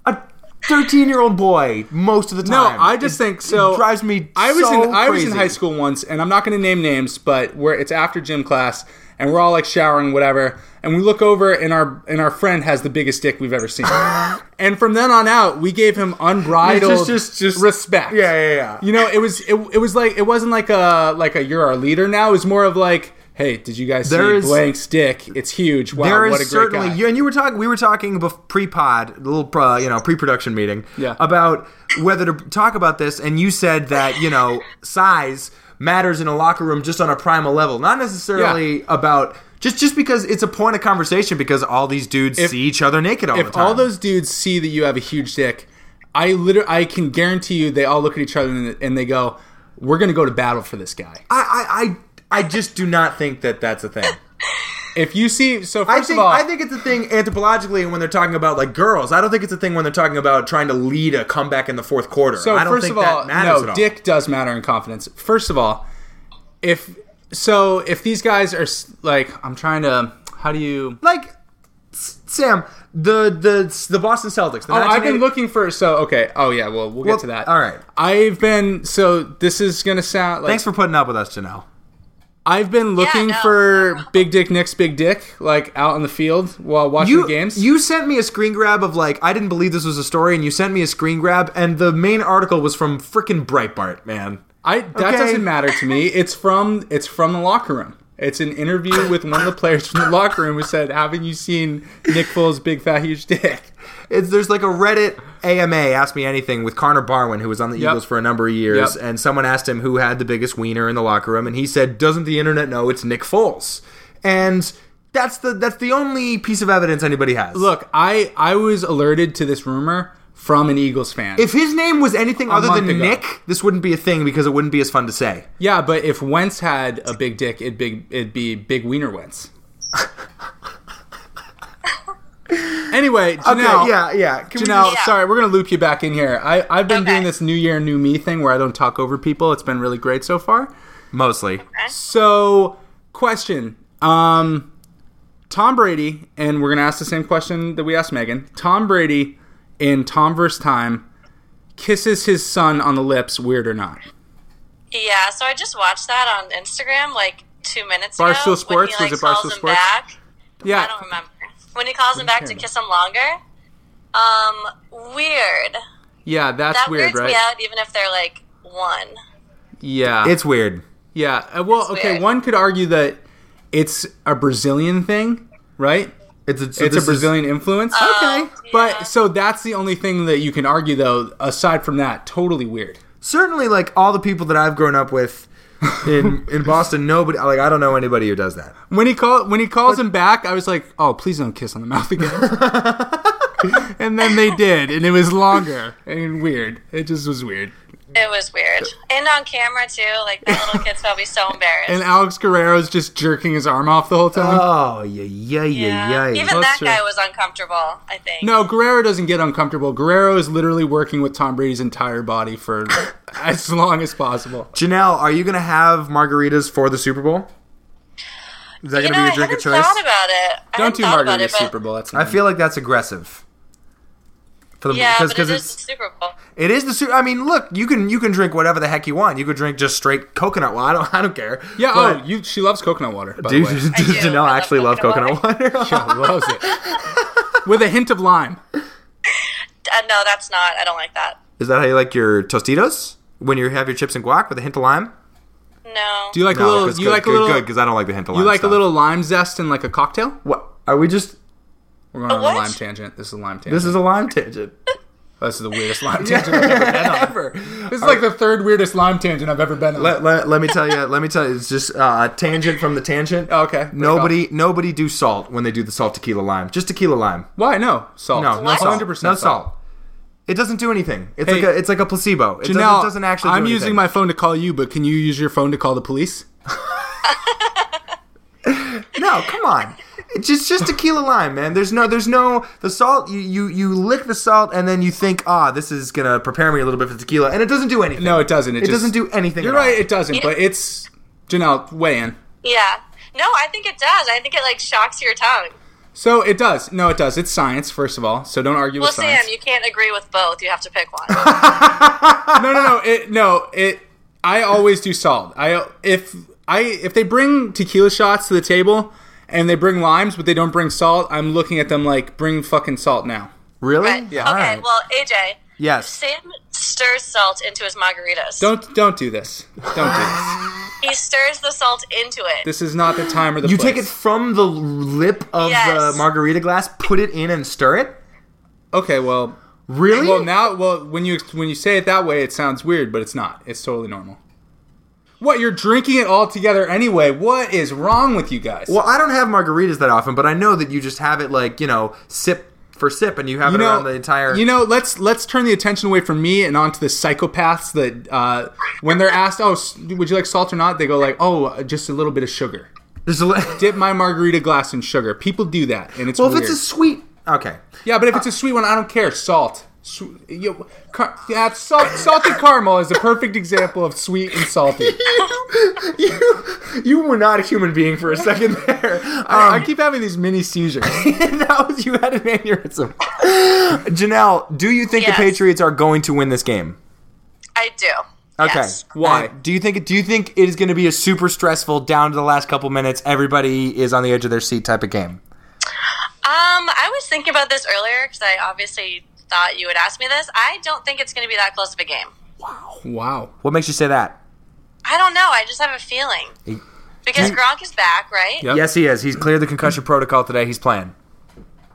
Speaker 1: a 13 year old boy most of the
Speaker 2: No,
Speaker 1: time.
Speaker 2: I just think so.
Speaker 1: drives me
Speaker 2: I was
Speaker 1: so
Speaker 2: in I was in
Speaker 1: crazy.
Speaker 2: high school once, and I'm not going to name names, but where it's after gym class, and we're all like showering, whatever, and we look over, and our and our friend has the biggest dick we've ever seen, and from then on out, we gave him
Speaker 1: Just-
Speaker 2: unbridled
Speaker 1: just- just-
Speaker 2: respect.
Speaker 1: Yeah, yeah, yeah.
Speaker 2: You know, it was it, it was like it wasn't like a like a you're our leader now. It was more of like. Hey, did you guys
Speaker 1: There
Speaker 2: see
Speaker 1: is-
Speaker 2: Blank's dick? It's huge. Wow,
Speaker 1: There is
Speaker 2: what a great
Speaker 1: certainly
Speaker 2: guy.
Speaker 1: you and you were talking. We were talking bef- pre-pod, a little pro, you know pre-production meeting.
Speaker 2: Yeah.
Speaker 1: About whether to talk about this, and you said that you know size matters in a locker room just on a primal level, not necessarily about just just because it's a point of conversation because all these dudes see each other naked all the
Speaker 2: if
Speaker 1: time.
Speaker 2: all those dudes see that you have a huge dick, I literally, I can guarantee you, they all look at each other and, and they go, "We're going to go to battle for this guy."
Speaker 1: I I I, I just do not think that that's a thing.
Speaker 2: If you see, so first
Speaker 1: I think
Speaker 2: of all,
Speaker 1: I think it's a thing anthropologically when they're talking about like girls. I don't think it's a thing when they're talking about trying to lead a comeback in the fourth quarter.
Speaker 2: so
Speaker 1: I don't
Speaker 2: first
Speaker 1: think
Speaker 2: of all,
Speaker 1: that matters
Speaker 2: no,
Speaker 1: at all.
Speaker 2: dick does matter in confidence. First of all, if so, if these guys are s- like, I'm trying to, how do you?
Speaker 1: like S- Sam, the the the Boston Celtics. The
Speaker 2: Oh, I've been
Speaker 1: 1980
Speaker 2: looking for so okay. Oh yeah, well we'll get
Speaker 1: Well,
Speaker 2: to that.
Speaker 1: all right.
Speaker 2: I've been so this is gonna sound like
Speaker 1: Thanks for putting up with us, Janelle.
Speaker 2: I've been looking
Speaker 5: no.
Speaker 2: for Big Dick Nick's Big Dick, like out on the field while watching
Speaker 1: You
Speaker 2: the games.
Speaker 1: you sent me a screen grab of like I didn't believe this was a story, and you sent me a screen grab, and the main article was from frickin' Breitbart, man.
Speaker 2: I that
Speaker 1: Okay.
Speaker 2: doesn't matter to me. It's from it's from the locker room. It's an interview with one of the players from the locker room who said, "Haven't you seen Nick Foles' big fat huge dick?"
Speaker 1: It's, there's like a Reddit AMA ask me anything with Connor Barwin, who was on the
Speaker 2: Yep.
Speaker 1: Eagles for a number of years,
Speaker 2: Yep.
Speaker 1: and someone asked him who had the biggest wiener in the locker room, and he said, "Doesn't the internet know it's Nick Foles?" And that's the that's the only piece of evidence anybody has.
Speaker 2: Look, I I was alerted to this rumor from an Eagles fan.
Speaker 1: If his name was anything other
Speaker 2: month
Speaker 1: than
Speaker 2: ago.
Speaker 1: Nick, this wouldn't be a thing because it wouldn't be as fun to say.
Speaker 2: yeah, but if Wentz had a big dick, it'd big it'd be big wiener Wentz. anyway, Janelle,
Speaker 1: yeah, yeah. Can we
Speaker 2: Janelle,
Speaker 1: just-
Speaker 2: sorry, we're gonna loop you back in here. I, I've been
Speaker 5: Okay.
Speaker 2: doing this New Year, New Me thing where I don't talk over people. It's been really great so far.
Speaker 1: mostly.
Speaker 2: So, question. Um, Tom Brady, and we're gonna ask the same question that we asked Megan. Tom Brady in Tom vs. Time kisses his son on the lips, weird or not?
Speaker 5: Yeah, so I just watched that on Instagram like two minutes ago.
Speaker 2: Barstool
Speaker 5: when he,
Speaker 2: Sports? Was
Speaker 5: like,
Speaker 2: it
Speaker 5: calls
Speaker 2: Barstool
Speaker 5: him
Speaker 2: Sports?
Speaker 5: Back.
Speaker 2: Yeah,
Speaker 5: I don't remember when he calls him back to kiss him longer. Um, weird.
Speaker 2: Yeah, that's
Speaker 5: That
Speaker 2: weird,
Speaker 5: weirds
Speaker 2: right?
Speaker 5: me out, even if they're like one.
Speaker 2: Yeah,
Speaker 1: It's weird.
Speaker 2: yeah. Uh, well, okay.
Speaker 5: weird.
Speaker 2: One could argue that it's a Brazilian thing, right?
Speaker 1: It's a, so this
Speaker 2: it's a
Speaker 1: is-
Speaker 2: Brazilian influence.
Speaker 5: Okay.
Speaker 2: But so that's the only thing that you can argue, though. Aside from that, totally weird.
Speaker 1: certainly like all the people that I've grown up with in in Boston. Nobody like I don't know anybody who does that.
Speaker 2: When he call when he calls him back, I was like, "Oh, please don't kiss on the mouth again." and then they did, and it was longer and weird. It just was weird.
Speaker 5: It was weird. And on camera too, like that little kid's probably so embarrassed.
Speaker 2: And Alex Guerrero's just jerking his arm off the whole time.
Speaker 1: Oh yeah yeah yeah yeah.
Speaker 5: Even that
Speaker 2: That's
Speaker 5: guy
Speaker 2: true.
Speaker 5: was uncomfortable, I think.
Speaker 2: no, Guerrero doesn't get uncomfortable. Guerrero is literally working with Tom Brady's entire body for as long as possible.
Speaker 1: Janelle, are you gonna have margaritas for the Super Bowl? Is that gonna
Speaker 5: You know,
Speaker 1: be
Speaker 5: I
Speaker 1: your drink of
Speaker 5: hadn't
Speaker 1: choice?
Speaker 5: thought about it. I
Speaker 2: Don't
Speaker 5: hadn't
Speaker 2: do
Speaker 5: thought about
Speaker 2: margarita
Speaker 5: it, but-
Speaker 2: Super Bowl. That's
Speaker 1: I feel like that's aggressive. For the
Speaker 5: Yeah,
Speaker 1: because
Speaker 5: but it
Speaker 1: because
Speaker 5: is
Speaker 1: it's
Speaker 5: the Super Bowl.
Speaker 1: it is the Super. I mean, look, you can you can drink whatever the heck you want. You could drink just straight coconut. Well, I don't I don't care.
Speaker 2: Yeah.
Speaker 1: But-
Speaker 2: oh, you. She loves coconut water. By
Speaker 1: Dude,
Speaker 2: the way.
Speaker 1: does
Speaker 5: I do.
Speaker 1: Janelle
Speaker 5: I love
Speaker 1: actually love coconut
Speaker 5: coconut
Speaker 1: water?
Speaker 2: Yeah, loves it with a hint of lime.
Speaker 5: Uh, no, that's not. I don't like that.
Speaker 1: Is that how you like your Tostitos? When you have your chips and guac with a hint of lime?
Speaker 5: No.
Speaker 2: Do you like a little? You like a little?
Speaker 1: good because I don't like the hint of lime.
Speaker 2: You like
Speaker 1: stuff.
Speaker 2: a little lime zest in like a cocktail?
Speaker 1: What are we just?
Speaker 2: We're going on
Speaker 5: what?
Speaker 2: a lime tangent. This is a lime tangent.
Speaker 1: This is a lime tangent.
Speaker 2: this is the weirdest lime tangent I've ever been on.
Speaker 1: Ever.
Speaker 2: This is like the third weirdest lime tangent I've ever been on.
Speaker 1: Let, let, let me tell you. Let me tell you. It's just uh, tangent from the tangent.
Speaker 2: Oh, okay.
Speaker 1: Nobody nobody do salt when they do the salt tequila lime. Just tequila lime.
Speaker 2: Why? No salt.
Speaker 1: No, no
Speaker 5: What?
Speaker 1: salt.
Speaker 2: 100%
Speaker 1: No salt. It doesn't do anything. It's
Speaker 2: Hey,
Speaker 1: like a it's like a placebo. It,
Speaker 2: Janelle,
Speaker 1: doesn't, doesn't actually.
Speaker 2: I'm
Speaker 1: do
Speaker 2: using
Speaker 1: anything.
Speaker 2: my phone to call you, but can you use your phone to call the police?
Speaker 1: No, come on. It's Just just tequila lime, man. There's no there's no the salt you, you you lick the salt and then you think, ah, this is gonna prepare me a little bit for tequila and it doesn't do anything.
Speaker 2: No, it doesn't. It,
Speaker 1: It
Speaker 2: just-
Speaker 1: doesn't do anything.
Speaker 2: You're
Speaker 1: at all.
Speaker 2: right. It doesn't. But it's Janelle weigh in.
Speaker 5: yeah. No, I think it does. I think it like shocks your tongue.
Speaker 2: So it does. No, it does. It's science, first of all. So don't argue
Speaker 5: Well,
Speaker 2: with science.
Speaker 5: Sam, you can't agree with both. You have to pick one.
Speaker 2: no, no, no. It no. It. I always do salt. I if I if they bring tequila shots to the table and they bring limes, but they don't bring salt, I'm looking at them like, bring fucking salt now.
Speaker 1: Really?
Speaker 5: Right.
Speaker 1: Yeah.
Speaker 5: okay.
Speaker 1: Alright.
Speaker 5: Well, AJ.
Speaker 1: yes.
Speaker 5: Sam stirs salt into his margaritas.
Speaker 2: Don't don't do this. Don't do this.
Speaker 5: He stirs the salt into it.
Speaker 2: This is not the time or the
Speaker 1: You
Speaker 2: place.
Speaker 1: take it from the lip of
Speaker 5: Yes.
Speaker 1: the margarita glass, put it in, and stir it.
Speaker 2: okay. Well.
Speaker 1: Really?
Speaker 2: Well now. Well when you when you say it that way, it sounds weird, but it's not. It's totally normal. What you're drinking it all together anyway? What is wrong with you guys?
Speaker 1: Well, I don't have margaritas that often, but I know that you just have it like you know sip for sip, and you have it around the entire.
Speaker 2: You know, let's let's turn the attention away from me and onto the psychopaths that uh, when they're asked, "Oh, s- would you like salt or not?" They go like, "Oh, uh, just a little bit of sugar."
Speaker 1: there's a li-
Speaker 2: Dip my margarita glass in sugar. People do that, and it's
Speaker 1: well,
Speaker 2: weird.
Speaker 1: if it's a sweet, okay.
Speaker 2: yeah, but if it's a sweet one, I don't care. Salt. Sw- you- car- yeah, salt, salted caramel is the perfect example of sweet and salty.
Speaker 1: you, you were not a human being for a second there.
Speaker 2: I, I
Speaker 1: Um,
Speaker 2: keep having these mini seizures.
Speaker 1: that was you had an aneurysm. Janelle, do you think
Speaker 5: Yes.
Speaker 1: the Patriots are going to win this game?
Speaker 5: I do.
Speaker 1: Okay.
Speaker 5: Yes.
Speaker 2: Why?
Speaker 1: And do you think do you think it is going to be a super stressful down to the last couple minutes everybody is on the edge of their seat type of game?
Speaker 5: Um, I was thinking about this earlier because I obviously thought you would ask me this. I don't think it's going to be that close of a game.
Speaker 2: wow.
Speaker 1: What makes you say that?
Speaker 5: I don't know. I just have a feeling because Gronk is back, right?
Speaker 2: Yep.
Speaker 1: Yes, he is. He's cleared the concussion protocol today. He's playing.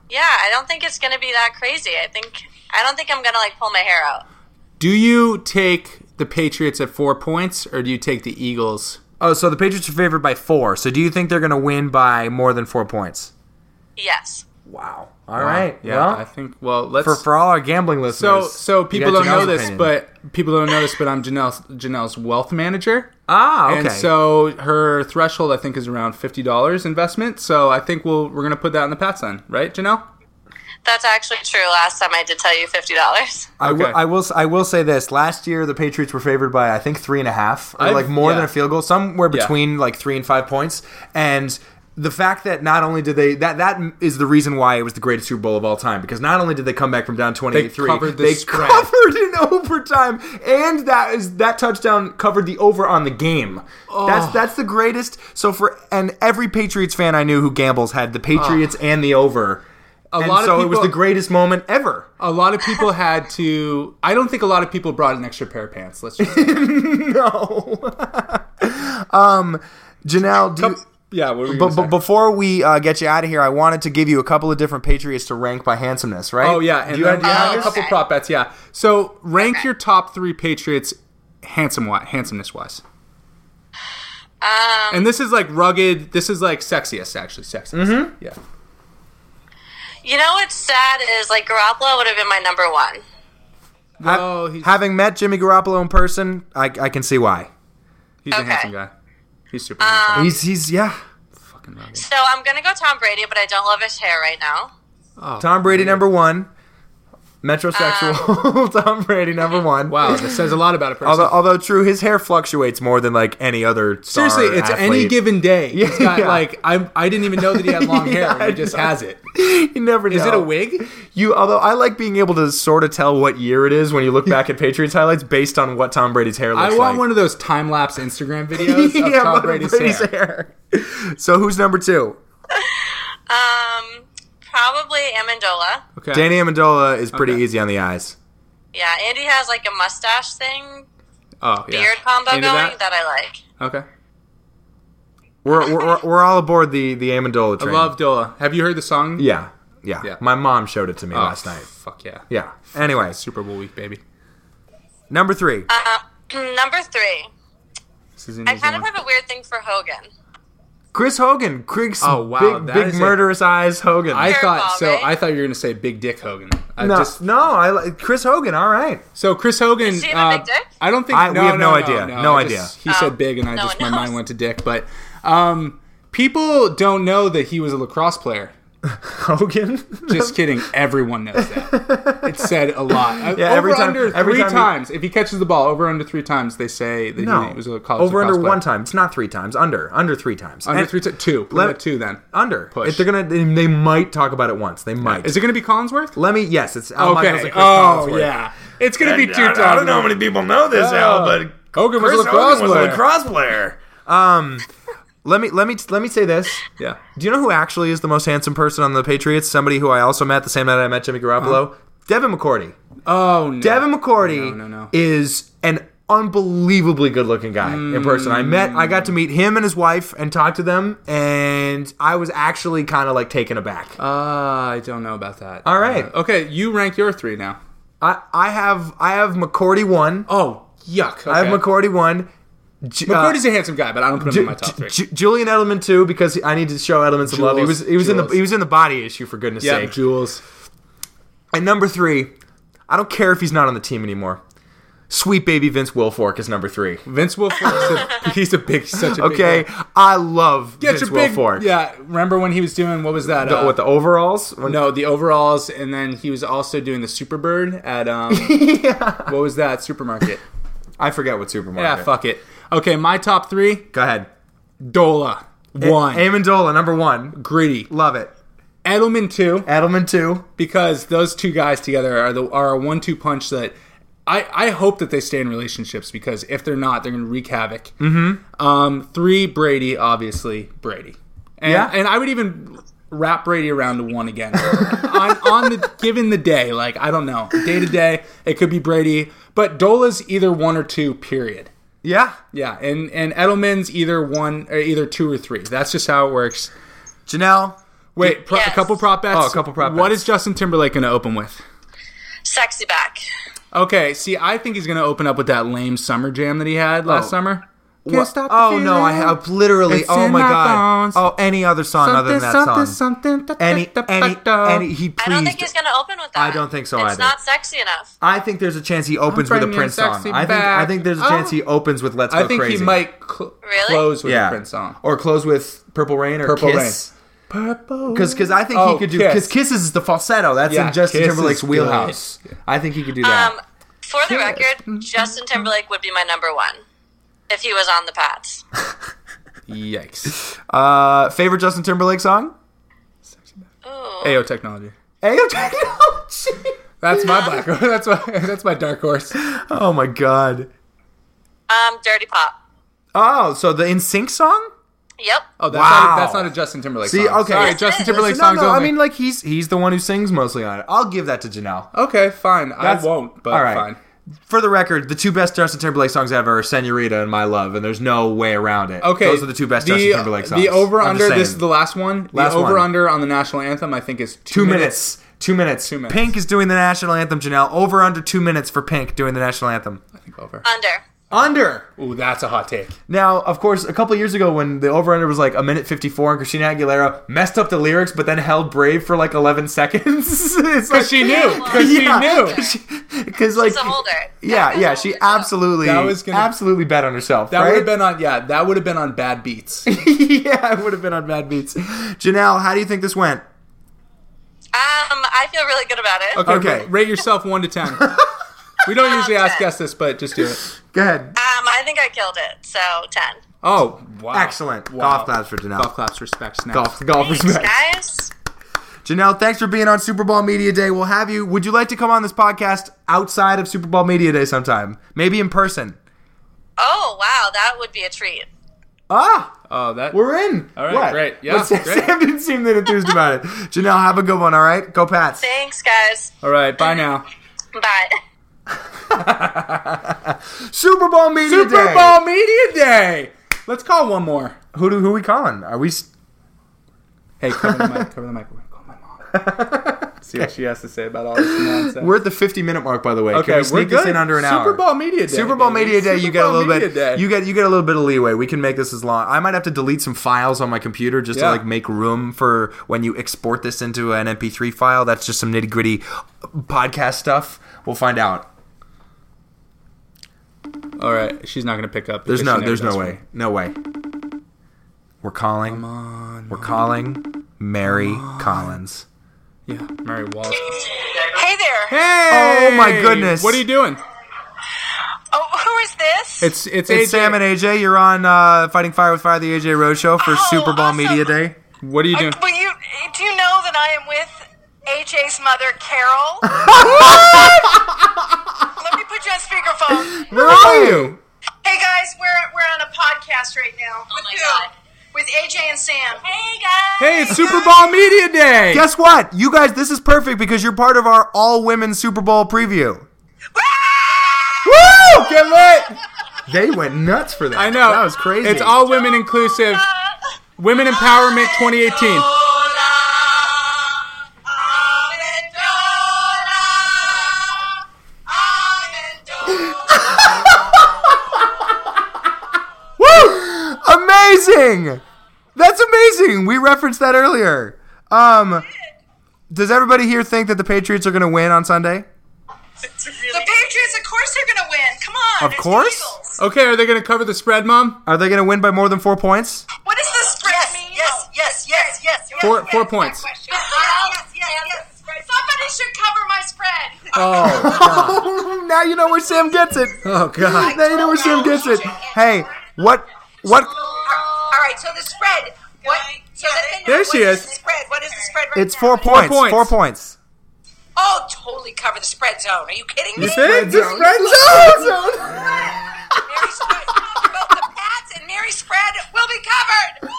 Speaker 5: Yeah. I don't think it's going to be that crazy. I think I don't think I'm going to like pull my hair out.
Speaker 2: Do you take the Patriots at four points, or do you take the Eagles?
Speaker 1: Oh, so the Patriots are favored by 4. So do you think they're going to win by more than 4 points?
Speaker 5: Yes.
Speaker 1: Wow. All right.
Speaker 2: Yeah,
Speaker 1: well,
Speaker 2: I think. Well, let's
Speaker 1: for, for all our gambling
Speaker 2: So,
Speaker 1: listeners.
Speaker 2: so
Speaker 1: you
Speaker 2: people
Speaker 1: got
Speaker 2: don't know
Speaker 1: Janelle's
Speaker 2: this,
Speaker 1: opinion.
Speaker 2: but people don't know this, but I'm Janelle's, Janelle's wealth manager.
Speaker 1: ah, okay.
Speaker 2: And so her threshold, I think, is around fifty dollars investment. So I think we'll we're gonna put that in the Pats then, right, Janelle?
Speaker 5: That's actually true. Last time I did tell you fifty dollars.
Speaker 1: I will,
Speaker 2: Okay.
Speaker 1: I will. I will say this. Last year, the Patriots were favored by I think three and a half, or
Speaker 2: I've-
Speaker 1: like more than
Speaker 2: yeah.
Speaker 1: a field goal, somewhere
Speaker 2: Yeah.
Speaker 1: between like three and five points. And the fact that not only did they that that is the reason why it was the greatest Super Bowl of all time because not only did they come back from down twenty eight three,
Speaker 2: covered the
Speaker 1: they
Speaker 2: spread.
Speaker 1: covered in overtime, and that is that touchdown covered the over on the game. That's that's the greatest. So for and every Patriots fan I knew who gambles had the Patriots and the over.
Speaker 2: a
Speaker 6: and
Speaker 2: lot
Speaker 6: so
Speaker 2: of people
Speaker 6: it was the greatest moment ever.
Speaker 2: a lot of people had to. I don't think a lot of people brought an extra pair of pants. Let's just
Speaker 6: No.
Speaker 1: Janelle, do you,
Speaker 2: yeah. What were we
Speaker 1: but,
Speaker 2: gonna
Speaker 1: but
Speaker 2: say?
Speaker 1: before we uh, get you out of here, I wanted to give you a couple of different Patriots to rank by handsomeness, right?
Speaker 2: oh yeah, and
Speaker 1: Do you
Speaker 2: then
Speaker 1: have- do you have
Speaker 2: a
Speaker 1: yours?
Speaker 2: couple prop bets. Yeah. So rank your top three Patriots handsome wise, handsomeness wise.
Speaker 5: Um,
Speaker 2: And this is like rugged. This is like sexiest, actually sexiest.
Speaker 1: Mm-hmm.
Speaker 2: Yeah.
Speaker 5: you know what's sad is like Garoppolo would have been my number one.
Speaker 1: Ha-
Speaker 2: Oh, he's,
Speaker 1: Having met Jimmy Garoppolo in person, I, I can see why.
Speaker 2: he's a
Speaker 5: Okay. Uh,
Speaker 2: handsome guy. He's super handsome.
Speaker 1: he's he's yeah.
Speaker 2: Fucking rugged.
Speaker 5: So I'm gonna go Tom Brady, but I don't love his hair right now.
Speaker 1: Tom Brady number one, metrosexual. Tom Brady number one.
Speaker 2: Ah. Wow, this says a lot about a person.
Speaker 1: Although although true, his hair fluctuates more than like any other. Star
Speaker 2: Seriously, it's any
Speaker 1: athlete.
Speaker 2: given day. He's got
Speaker 1: yeah.
Speaker 2: like I I didn't even know that he had long hair.
Speaker 1: Yeah,
Speaker 2: and
Speaker 1: I
Speaker 2: he just
Speaker 1: know.
Speaker 2: has it.
Speaker 1: You never know.
Speaker 2: Is it a wig?
Speaker 1: You although I like being able to sort of tell what year it is when you look back at Patriots highlights based on what Tom Brady's hair
Speaker 2: I
Speaker 1: looks like.
Speaker 2: want one of those time lapse Instagram videos of Tom
Speaker 1: but
Speaker 2: Brady's, hair.
Speaker 1: hair. So who's number two?
Speaker 5: Um, probably Amendola.
Speaker 2: Okay.
Speaker 1: Danny Amendola is pretty
Speaker 2: Okay.
Speaker 1: easy on the eyes.
Speaker 5: Yeah, Andy has like a mustache thing,
Speaker 2: oh, yeah.
Speaker 5: beard combo
Speaker 2: Into
Speaker 5: going
Speaker 2: that?
Speaker 5: that? I like.
Speaker 2: Okay.
Speaker 1: We're, we're, we're all aboard the, the Amendola
Speaker 2: I
Speaker 1: train.
Speaker 2: love Dola. Have you heard the song?
Speaker 1: Yeah, yeah.
Speaker 2: Yeah.
Speaker 1: My mom showed it to me
Speaker 2: Oh,
Speaker 1: last night.
Speaker 2: Fuck yeah.
Speaker 1: Yeah. Anyway,
Speaker 2: Super Bowl week, baby.
Speaker 1: number three.
Speaker 5: Uh, number three,
Speaker 2: This is an
Speaker 5: I
Speaker 2: easy
Speaker 5: kind of
Speaker 2: one.
Speaker 5: have a weird thing for Hogan.
Speaker 1: Chris Hogan. Chris
Speaker 2: Oh, wow,
Speaker 1: big,
Speaker 2: that
Speaker 1: big
Speaker 2: is a-
Speaker 1: murderous eyes Hogan.
Speaker 2: I thought
Speaker 5: Curveball,
Speaker 2: so.
Speaker 5: right?
Speaker 2: I thought you were gonna say Big Dick Hogan. I
Speaker 1: no,
Speaker 2: just-
Speaker 1: no, I like Chris Hogan. All right.
Speaker 2: so Chris Hogan.
Speaker 5: Is he the
Speaker 2: uh,
Speaker 5: Big Dick? Oh.
Speaker 2: I don't think.
Speaker 1: I- we have no idea. No
Speaker 2: I just- he said big, and I
Speaker 5: no
Speaker 2: just my
Speaker 5: one
Speaker 2: mind
Speaker 5: knows.
Speaker 2: went to Dick. But um, people don't know that he was a lacrosse player.
Speaker 1: Hogan.
Speaker 2: Just kidding. Everyone knows that. It said a lot. Uh,
Speaker 1: Yeah,
Speaker 2: over
Speaker 1: every time-
Speaker 2: under
Speaker 1: every
Speaker 2: three
Speaker 1: time he-
Speaker 2: times. If he catches the ball over under three times, they say that
Speaker 1: no,
Speaker 2: he was a college
Speaker 1: over under
Speaker 2: lacrosse player.
Speaker 1: one time. It's not three times. Under under three times.
Speaker 2: Under
Speaker 1: And-
Speaker 2: three times. Two. Put
Speaker 1: Let-
Speaker 2: him at two then.
Speaker 1: Under.
Speaker 2: Push.
Speaker 1: If they're gonna, they, they might talk about it once. They might.
Speaker 2: Is it going to be Collinsworth?
Speaker 1: Let me. Yes, it's Al Michaels
Speaker 2: Okay.
Speaker 1: and Chris
Speaker 2: Oh
Speaker 1: Collinsworth.
Speaker 2: yeah. It's going to be two Oh. times.
Speaker 1: many people know this,
Speaker 2: Al, but Hogan was a lacrosse player.
Speaker 1: player. Um, let me let me let me say this.
Speaker 2: Yeah.
Speaker 1: Do you know who actually is the most handsome person on the Patriots? Somebody who I also met the same night I met Jimmy Garoppolo. Devin McCourty.
Speaker 2: Oh no.
Speaker 1: Devin McCourty
Speaker 2: No, no, no.
Speaker 1: is an unbelievably good-looking guy
Speaker 2: Mm.
Speaker 1: in person. I met, I got to meet him and his wife and talk to them, and I was actually kind of like taken aback.
Speaker 2: Uh, I don't know about that.
Speaker 1: All right.
Speaker 2: Uh, okay, you rank your three now.
Speaker 1: I, I have, I have McCourty one.
Speaker 2: Oh, yuck. Okay.
Speaker 1: I have McCourty one. J- uh,
Speaker 2: McCourty's a handsome guy, but I don't put him in my top
Speaker 1: Ju-
Speaker 2: three.
Speaker 1: Ju- Julian Edelman too, because I need to show Edelman some love. He was
Speaker 2: Jules,
Speaker 1: he was in the
Speaker 2: Jules.
Speaker 1: he was in the body issue for goodness
Speaker 2: yeah,
Speaker 1: sake.
Speaker 2: Jules.
Speaker 1: And number three, I don't care if he's not on the team anymore. Sweet baby Vince Wilfork is number three.
Speaker 2: Vince Wilfork. is a- he's a big, such a big
Speaker 1: Okay,
Speaker 2: guy.
Speaker 1: I love
Speaker 2: Get
Speaker 1: Vince
Speaker 2: your big.
Speaker 1: Wilfork.
Speaker 2: Yeah, remember when he was doing what was that?
Speaker 1: The-
Speaker 2: uh,
Speaker 1: what the overalls? When-
Speaker 2: no, the overalls, and then he was also doing the Superbird at um, what was that supermarket?
Speaker 1: I forget what supermarket.
Speaker 2: Yeah, fuck it. Okay, my top three:
Speaker 1: Go ahead.
Speaker 2: Dola one,
Speaker 1: Amendola number one.
Speaker 2: Gritty,
Speaker 1: Love it.
Speaker 2: Edelman two,
Speaker 1: Edelman two.
Speaker 2: because those two guys together are the are a one two punch that I, I hope that they stay in relationships because if they're not, they're going to wreak havoc. Mm-hmm. Um, three Brady, obviously Brady, and,
Speaker 1: Yeah.
Speaker 2: and I would even wrap Brady around to one again on, on the given the day. Like I don't know, day to day, it could be Brady, but Dola's either one or two. Period.
Speaker 1: Yeah.
Speaker 2: Yeah, and and Edelman's either one or either two or three. That's just how it works.
Speaker 1: Janelle.
Speaker 2: Wait, pro-
Speaker 5: Yes.
Speaker 2: a couple prop bets.
Speaker 1: Oh, a couple prop
Speaker 2: What
Speaker 1: bets.
Speaker 2: is Justin Timberlake going to open with?
Speaker 5: Sexy back.
Speaker 2: Okay, see, I think he's gonna open up with that lame summer jam that he had last
Speaker 1: Oh.
Speaker 2: summer.
Speaker 1: Wha- oh no! I have literally.
Speaker 2: It's
Speaker 1: oh
Speaker 2: in
Speaker 1: my
Speaker 2: my
Speaker 1: god!
Speaker 2: bones.
Speaker 1: Oh, any other song other than that song?
Speaker 2: something, something.
Speaker 1: Any, any, any. He
Speaker 5: I
Speaker 1: pleased.
Speaker 5: don't think he's gonna open with that.
Speaker 1: I don't think so
Speaker 5: it's
Speaker 1: either.
Speaker 5: not sexy enough.
Speaker 1: I think there's a chance he opens
Speaker 2: I'm
Speaker 1: with a
Speaker 2: bringing
Speaker 1: Prince song.
Speaker 2: sexy
Speaker 1: I think I
Speaker 2: back.
Speaker 1: think there's a chance
Speaker 2: Oh.
Speaker 1: he opens with "Let's
Speaker 2: I
Speaker 1: Go
Speaker 2: think
Speaker 1: Crazy."
Speaker 2: he might cl-
Speaker 5: Really?
Speaker 2: close with
Speaker 1: yeah,
Speaker 2: a Prince song.
Speaker 1: or close with "Purple Rain" or
Speaker 2: Purple
Speaker 1: "Kiss."
Speaker 2: Purple.
Speaker 1: Because because I think
Speaker 2: Oh,
Speaker 1: he could do
Speaker 2: Kiss.
Speaker 1: because "Kiss" is the falsetto. That's
Speaker 2: Yeah,
Speaker 1: in Justin
Speaker 2: Kiss is
Speaker 1: Timberlake's
Speaker 2: good.
Speaker 1: wheelhouse. I think he could do that.
Speaker 5: Um, for the record, Justin Timberlake would be my number one if he was on the Pats.
Speaker 2: Yikes.
Speaker 1: uh, favorite Justin Timberlake song?
Speaker 5: Ooh.
Speaker 2: AO technology.
Speaker 1: AO Technology.
Speaker 2: That's my black. that's my that's my dark horse.
Speaker 1: Oh my god.
Speaker 5: Um, Dirty Pop.
Speaker 1: Oh, so the In Sync song?
Speaker 5: Yep.
Speaker 2: Oh, that's,
Speaker 1: Wow.
Speaker 2: not, a, that's not a Justin Timberlake
Speaker 1: See,
Speaker 2: song.
Speaker 1: okay.
Speaker 2: Sorry,
Speaker 1: Yes,
Speaker 2: Justin
Speaker 5: it is.
Speaker 2: Timberlake
Speaker 1: No,
Speaker 2: songs
Speaker 1: no, I
Speaker 2: only.
Speaker 1: mean, like he's
Speaker 6: He's the one who sings mostly on it.
Speaker 1: I'll give that to Janelle.
Speaker 2: okay, fine.
Speaker 1: That's-
Speaker 2: I won't, but
Speaker 1: all right.
Speaker 2: fine.
Speaker 1: For the record, the two best Justin Timberlake songs ever are "Senorita" and "My Love," and there's no way around it.
Speaker 2: Okay.
Speaker 1: those are the two best Justin Timberlake songs.
Speaker 2: The over
Speaker 1: I'm just
Speaker 2: under, this
Speaker 1: saying.
Speaker 2: is the last one.
Speaker 1: Last
Speaker 2: the
Speaker 1: one.
Speaker 2: over under on the national anthem, I think, is two,
Speaker 1: two minutes. Two minutes.
Speaker 2: Two minutes.
Speaker 1: Pink is doing the national anthem. Janelle over under two minutes for Pink doing the national anthem.
Speaker 2: I think
Speaker 1: Oh.
Speaker 2: over.
Speaker 5: Under.
Speaker 1: Under.
Speaker 2: Ooh, that's a hot take.
Speaker 1: Now, of course, a couple years ago when the over under was like a minute 54 and Christina Aguilera messed up the lyrics but then held brave for like 11 seconds. Because
Speaker 2: Because she knew. Because
Speaker 1: Yeah.
Speaker 2: she knew.
Speaker 1: Because like.
Speaker 5: It's a holder.
Speaker 1: Yeah, yeah, she absolutely,
Speaker 2: That was gonna-
Speaker 1: absolutely bet on herself.
Speaker 2: That
Speaker 1: right?
Speaker 2: would have been on, yeah, that would have been on bad beats.
Speaker 1: yeah, it would have been on bad beats. Janelle, how do you think this went?
Speaker 5: Um, I feel really good about it.
Speaker 2: Okay.
Speaker 1: Okay.
Speaker 2: ra- Rate yourself 1 to 10. we don't usually ask guests this, but just do it.
Speaker 1: Go ahead.
Speaker 5: Um, I think I killed it. So ten.
Speaker 2: Oh, wow.
Speaker 1: Excellent. Golf claps for Janelle.
Speaker 2: Golf claps, respect, snaps.
Speaker 1: Golf, golf
Speaker 5: Thanks,
Speaker 1: respect.
Speaker 5: guys.
Speaker 1: Janelle, thanks for being on Super Bowl Media Day. We'll have you. Would you like to come on this podcast outside of Super Bowl Media Day sometime? Maybe in person.
Speaker 5: Oh wow, that would be a treat.
Speaker 1: Ah,
Speaker 2: Oh, that.
Speaker 1: we're in. All
Speaker 2: right, great. Yeah, great.
Speaker 1: Sam didn't seem that enthused about it. Janelle, have a good one. All right, go Pats.
Speaker 5: Thanks, guys.
Speaker 2: All right, bye now.
Speaker 5: Bye.
Speaker 1: Super Bowl Media Day.
Speaker 2: Super Bowl Media Day. Let's call one more.
Speaker 1: Who do who we calling? Are we? s-
Speaker 2: Hey, cover the mic. Cover the mic. We're gonna call my mom. See what she has to say about all this nonsense.
Speaker 1: We're at the 50 minute mark, by the way.
Speaker 2: okay,
Speaker 1: Can
Speaker 2: are
Speaker 1: we sneak
Speaker 2: good.
Speaker 1: this in under an
Speaker 2: Super
Speaker 1: hour?
Speaker 2: Bowl Media Day.
Speaker 1: Super Bowl
Speaker 2: baby.
Speaker 1: Media Day,
Speaker 2: Super
Speaker 1: you get a
Speaker 2: Bowl
Speaker 1: little bit.
Speaker 2: Media Day.
Speaker 1: You get you get a little bit of leeway. We can make this as long. I might have to delete some files on my computer just to
Speaker 2: Yeah.
Speaker 1: like make room for when you export this into an MP3 file. That's just some nitty gritty podcast stuff. We'll find out.
Speaker 2: all right, she's not gonna pick up.
Speaker 1: There's
Speaker 2: because
Speaker 1: no
Speaker 2: she
Speaker 1: there's
Speaker 2: never
Speaker 1: no
Speaker 2: does
Speaker 1: way. No way. We're calling. We're calling Mary Collins.
Speaker 2: one. Yeah, Mary Wallace.
Speaker 5: Hey there.
Speaker 2: Hey!
Speaker 1: Oh my goodness.
Speaker 2: What are you doing?
Speaker 5: Oh, who is this?
Speaker 2: It's it's,
Speaker 1: It's
Speaker 2: AJ.
Speaker 1: Sam and AJ. You're on uh, Fighting Fire with Fire, the AJ Rose show for
Speaker 5: Oh,
Speaker 1: Super Bowl
Speaker 5: awesome.
Speaker 1: Media Day.
Speaker 2: What are you doing?
Speaker 5: Will you do you know that I am with AJ's mother, Carol? Let me put you on speakerphone.
Speaker 1: Where are you?
Speaker 5: Hey guys, we're we're on a podcast right now. with who? With AJ and Sam. Oh Hey guys.
Speaker 2: Hey, it's Super Bowl Media Day.
Speaker 1: Guess what? You guys, this is perfect because you're part of our all women Super Bowl preview. Woo! Get lit! They went nuts for that.
Speaker 2: I know.
Speaker 1: That was crazy.
Speaker 2: It's all women inclusive. Women Empowerment 2018.
Speaker 1: Woo! Amazing! That's amazing. We referenced that earlier. Um Does everybody here think that the Patriots are gonna win on Sunday?
Speaker 5: The Patriots, of course, they're gonna win. Come on.
Speaker 1: Of
Speaker 5: it's the
Speaker 1: course.
Speaker 5: Eagles.
Speaker 2: Okay, are they going to cover the spread, Mom?
Speaker 1: Are they gonna win by more than four points?
Speaker 5: What is this script yes, mean? Yes, yes, yes, yes, yes.
Speaker 2: Four- four points.
Speaker 5: Yes, yes, yes, yes. Somebody should cover my spread.
Speaker 2: Oh,
Speaker 1: now you know where Sam gets it.
Speaker 2: oh God.
Speaker 1: Now you know where Sam gets it. Hey, what what
Speaker 5: All right, so the spread. What? So the
Speaker 2: There she is.
Speaker 5: spread. What is the spread right
Speaker 1: it's
Speaker 5: now?
Speaker 1: four points.
Speaker 2: points.
Speaker 1: Four points.
Speaker 5: Oh, totally cover the spread zone. Are you kidding me?
Speaker 2: You see? The spread
Speaker 5: Mary spread. Both the Pats and Mary spread will be covered.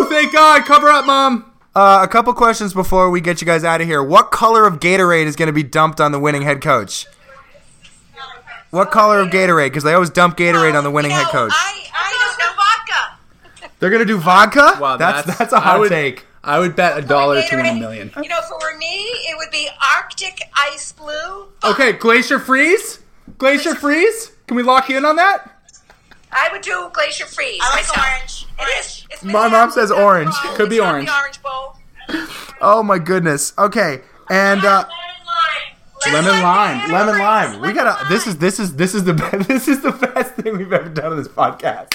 Speaker 2: Woo! Thank God. Cover up, Mom.
Speaker 1: Uh, a couple questions before we get you guys out of here. What color of Gatorade is going to be dumped on the winning head coach? What color of Gatorade? Because they always dump Gatorade on the winning
Speaker 5: You
Speaker 1: head
Speaker 5: know,
Speaker 1: coach.
Speaker 5: I, I don't know vodka.
Speaker 1: They're going to do vodka?
Speaker 2: Wow,
Speaker 1: that's that's,
Speaker 2: that's-
Speaker 1: a
Speaker 2: I
Speaker 1: hot
Speaker 2: would-
Speaker 1: take.
Speaker 2: I would bet a dollar to win a
Speaker 5: Gatorade.
Speaker 2: million.
Speaker 5: You know, if it were me, it would be Arctic Ice Blue.
Speaker 2: Okay, Glacier Freeze? Glacier Freeze? Can we lock you in on that?
Speaker 5: I would do Glacier Freeze. I like orange. It is. It's
Speaker 1: My mom says orange.
Speaker 2: Could be
Speaker 5: It's not
Speaker 2: orange.
Speaker 5: The orange bowl.
Speaker 1: Oh my goodness. Okay, and uh,
Speaker 2: Lemon lime.
Speaker 1: lemon lime. We gotta. This is this is this is the best, this is the best thing we've ever done on this podcast.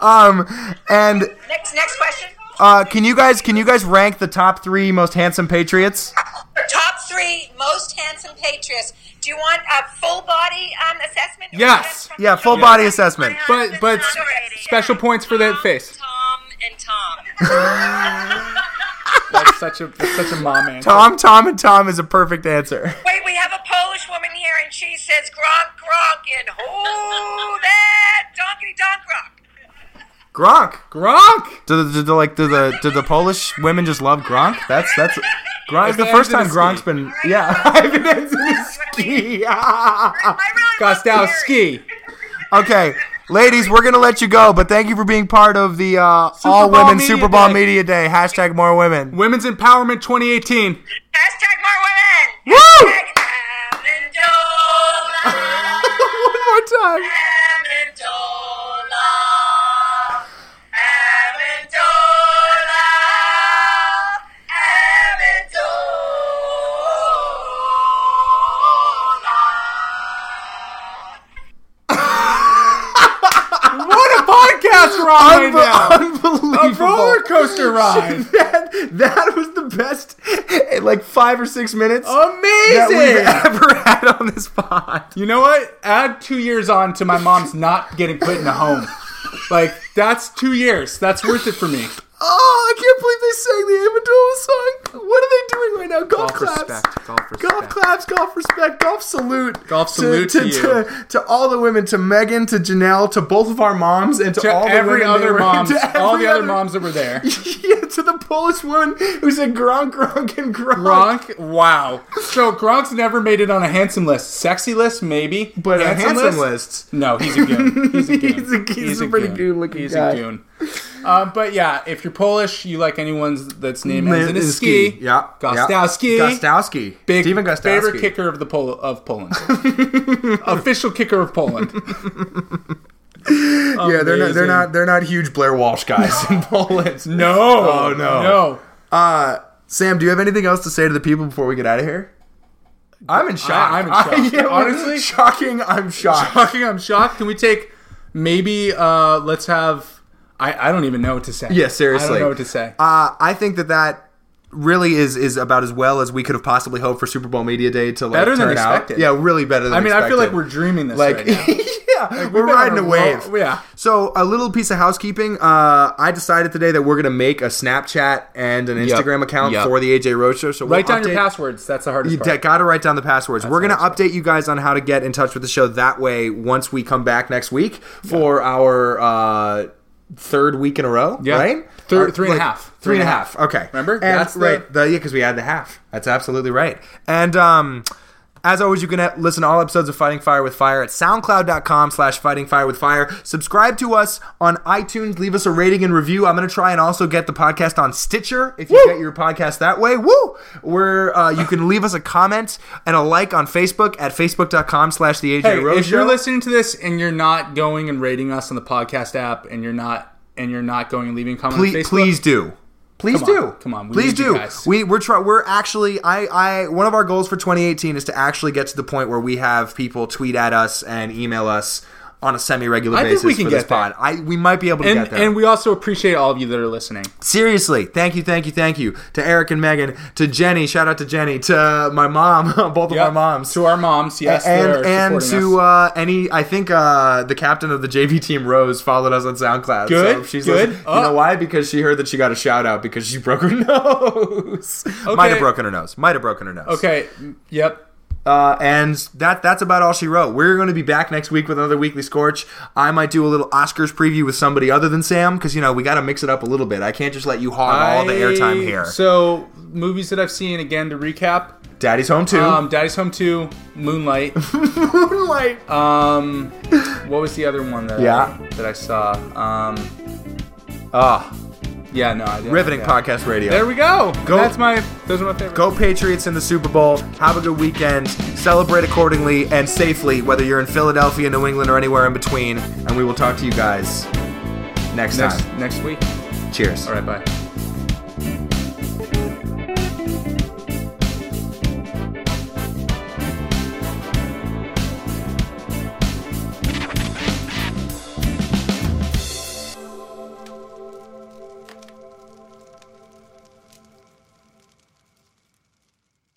Speaker 1: Um, and
Speaker 5: Next, next question.
Speaker 1: uh, can you guys can you guys rank the top three most handsome Patriots?
Speaker 5: Top three most handsome Patriots. Do you want a full body um, assessment?
Speaker 2: Yes.
Speaker 1: Yeah, full body assessment.
Speaker 2: But but s- special points for that face.
Speaker 5: Tom and Tom.
Speaker 2: That's such a that's such a mom answer.
Speaker 1: Tom, Tom, and Tom is a perfect answer.
Speaker 5: Wait, we have a Polish woman here, and she says "gronk, gronk," and "who that donkey donk gronk."
Speaker 6: Gronk.
Speaker 2: Gronk.
Speaker 7: Do, the- do, the like do the do the Polish women just love Gronk? That's that's Gronk. It's the
Speaker 2: Ivan
Speaker 7: first time
Speaker 2: Antonovsky.
Speaker 7: Gronk's been.
Speaker 6: Yeah, Ivan Antonovsky.
Speaker 2: Gostowski.
Speaker 7: Okay, ladies, we're gonna let you go, but thank you for being part of the uh, all
Speaker 2: Bowl
Speaker 7: women
Speaker 2: Media
Speaker 7: Super Bowl
Speaker 2: Day.
Speaker 7: Media Day. Hashtag more women.
Speaker 2: Women's Empowerment 2018.
Speaker 5: Hashtag more women.
Speaker 7: Woo!
Speaker 5: Hashtag Amendola.
Speaker 7: One more time.
Speaker 5: Amendola. Amendola. Amendola.
Speaker 2: What a podcast we're on
Speaker 6: Unbe-
Speaker 2: right now. A
Speaker 6: Unbelievable.
Speaker 2: roller coaster ride.
Speaker 6: that, that was the best, eh, like five or six minutes
Speaker 7: Oh,
Speaker 6: that we've
Speaker 2: Amazing.
Speaker 6: ever had on this pod.
Speaker 2: You know what? Add two years on to my mom's not getting put in a home. Like, that's two years. That's worth it for me.
Speaker 6: Oh, I can't believe they sang the Amendola song. What are they doing right now? Golf,
Speaker 7: Golf
Speaker 6: claps.
Speaker 7: respect. Golf respect.
Speaker 6: Golf claps, golf respect, golf salute.
Speaker 2: Golf
Speaker 6: To-
Speaker 2: salute
Speaker 6: to,
Speaker 2: to you.
Speaker 6: to, to all the women, to Megan, to Janelle, to both of our moms, and to,
Speaker 2: To
Speaker 6: all the
Speaker 2: every
Speaker 6: women they
Speaker 2: other
Speaker 6: were-
Speaker 2: moms,
Speaker 6: to
Speaker 2: all
Speaker 6: every
Speaker 2: the other
Speaker 6: other-
Speaker 2: moms that were there.
Speaker 6: yeah, to the Polish woman who said Gronk, Gronk, and Gronk.
Speaker 2: Gronk, wow. So Gronk's never made it on a handsome list. Sexy list, maybe.
Speaker 6: But a handsome list.
Speaker 2: No, he's a goon. He's a goon.
Speaker 6: He's a- he's a pretty goon-looking
Speaker 2: He's
Speaker 6: guy.
Speaker 2: a goon. Um, but yeah, if you're Polish, you like anyone's that's named as in a ski.
Speaker 1: Yeah.
Speaker 2: Gostowski.
Speaker 1: Gostowski.
Speaker 2: Big
Speaker 1: Steven Gostowski.
Speaker 2: favorite kicker of the Pol- of Poland. Official kicker of Poland.
Speaker 1: Yeah, they're not, they're
Speaker 2: Amazing.
Speaker 1: not they're not huge Blair Walsh guys in Poland.
Speaker 2: No.
Speaker 1: Oh, no.
Speaker 2: No.
Speaker 1: Uh, Sam, do you have anything else to say to the people before we get out of here?
Speaker 6: I'm in shock.
Speaker 2: I- I'm in shock.
Speaker 6: yeah,
Speaker 2: Honestly?
Speaker 6: shocking. I'm shocked.
Speaker 2: Fucking I'm shocked. Can we take maybe uh let's have I, I don't even know what to say.
Speaker 1: Yeah, seriously.
Speaker 2: I don't know what to say.
Speaker 1: Uh, I think that that really is is about as well as we could have possibly hoped for Super Bowl Media Day to like
Speaker 2: Better than
Speaker 1: turn
Speaker 2: expected.
Speaker 1: out. Yeah, really better than
Speaker 2: I mean, I feel like
Speaker 1: expected.
Speaker 2: we're dreaming this
Speaker 1: like
Speaker 2: right now.
Speaker 1: yeah, we're
Speaker 2: been
Speaker 1: riding
Speaker 2: on
Speaker 1: a
Speaker 2: a
Speaker 1: wave.
Speaker 2: roll- yeah.
Speaker 1: So a little piece of housekeeping. Uh, I decided today that we're gonna make a Snapchat and an Instagram account
Speaker 2: Yep.
Speaker 1: for the AJ Road Show. So
Speaker 2: Write
Speaker 1: we'll
Speaker 2: down your
Speaker 1: update-
Speaker 2: passwords. That's the hardest
Speaker 1: You
Speaker 2: part.
Speaker 1: got to write down the passwords. We're going to
Speaker 2: hard
Speaker 1: update you guys on how to get in touch with the show. That way, once we come back next week for our uh, third week in a row,
Speaker 2: Yeah.
Speaker 1: right?
Speaker 2: Thir-
Speaker 1: Or,
Speaker 2: three and a half.
Speaker 1: Three and a half. Okay.
Speaker 2: Remember?
Speaker 1: And,
Speaker 2: That's the-
Speaker 1: right. The, yeah, because we had the half. That's absolutely right. And um, as always, you can uh, listen to all episodes of Fighting Fire with Fire at soundcloud.com slash fighting fire with fire. Subscribe to us on iTunes. Leave us a rating and review. I'm going to try and also get the podcast on Stitcher if you get your podcast that way. Woo! Where uh, you can leave us a comment and a like on Facebook at facebook.com slash the AJ
Speaker 2: Hey,
Speaker 1: Rose
Speaker 2: if you're
Speaker 1: Show.
Speaker 2: listening to this and you're not going and rating us on the podcast app and you're not and you're not going and leaving a comment on
Speaker 1: please,
Speaker 2: Facebook,
Speaker 1: please do. Please
Speaker 2: Come on,
Speaker 1: do.
Speaker 2: come on, we
Speaker 1: please
Speaker 2: need you
Speaker 1: do.
Speaker 2: guys.
Speaker 1: We we're try, we're actually I I one of our goals for 2018 is to actually get to the point where we have people tweet at us and email us on a semi-regular
Speaker 2: I think
Speaker 1: basis
Speaker 2: we can
Speaker 1: for this
Speaker 2: get there.
Speaker 1: pod. I we might be able to
Speaker 2: and
Speaker 1: get there.
Speaker 2: and we also appreciate all of you that are listening.
Speaker 1: Seriously, thank you, thank you, thank you to Eric and Megan, to Jenny. Shout out to Jenny, to my mom, both of our moms.
Speaker 2: To our moms, yes, that
Speaker 1: and
Speaker 2: are
Speaker 1: and
Speaker 2: supporting
Speaker 1: to
Speaker 2: us.
Speaker 1: uh, any, I think uh, the captain of the JV team, Rose, followed us on SoundCloud.
Speaker 2: Good,
Speaker 1: so she's
Speaker 2: good.
Speaker 1: listening.
Speaker 2: Oh.
Speaker 1: You know why? Because she heard that she got a shout out because she broke her nose. Might have broken her nose. Might have broken her nose.
Speaker 2: okay, mm, yep.
Speaker 1: Uh, and that that's about all she wrote. We're going to be back next week with another weekly scorch. I might do a little Oscars preview with somebody other than Sam because you know we got to mix it up a little bit. I can't just let you hog all the
Speaker 2: I-
Speaker 1: airtime here.
Speaker 2: So movies that I've seen again to recap:
Speaker 1: Daddy's home too.
Speaker 2: um, Daddy's Home Two, Moonlight.
Speaker 1: Moonlight.
Speaker 2: Um, what was the other one that
Speaker 1: Yeah.
Speaker 2: I, that I saw? Um,
Speaker 1: Ah,
Speaker 2: yeah, no, I didn't.
Speaker 1: riveting
Speaker 2: yeah.
Speaker 1: podcast radio.
Speaker 2: There we go.
Speaker 1: Go-
Speaker 2: That's my. Those are my favorite.
Speaker 1: Go Patriots in the Super Bowl. Have a good weekend. Celebrate accordingly and safely, whether you're in Philadelphia, New England, or anywhere in between. And we will talk to you guys next,
Speaker 2: next
Speaker 1: time.
Speaker 2: next week.
Speaker 1: Cheers.
Speaker 2: All right, bye.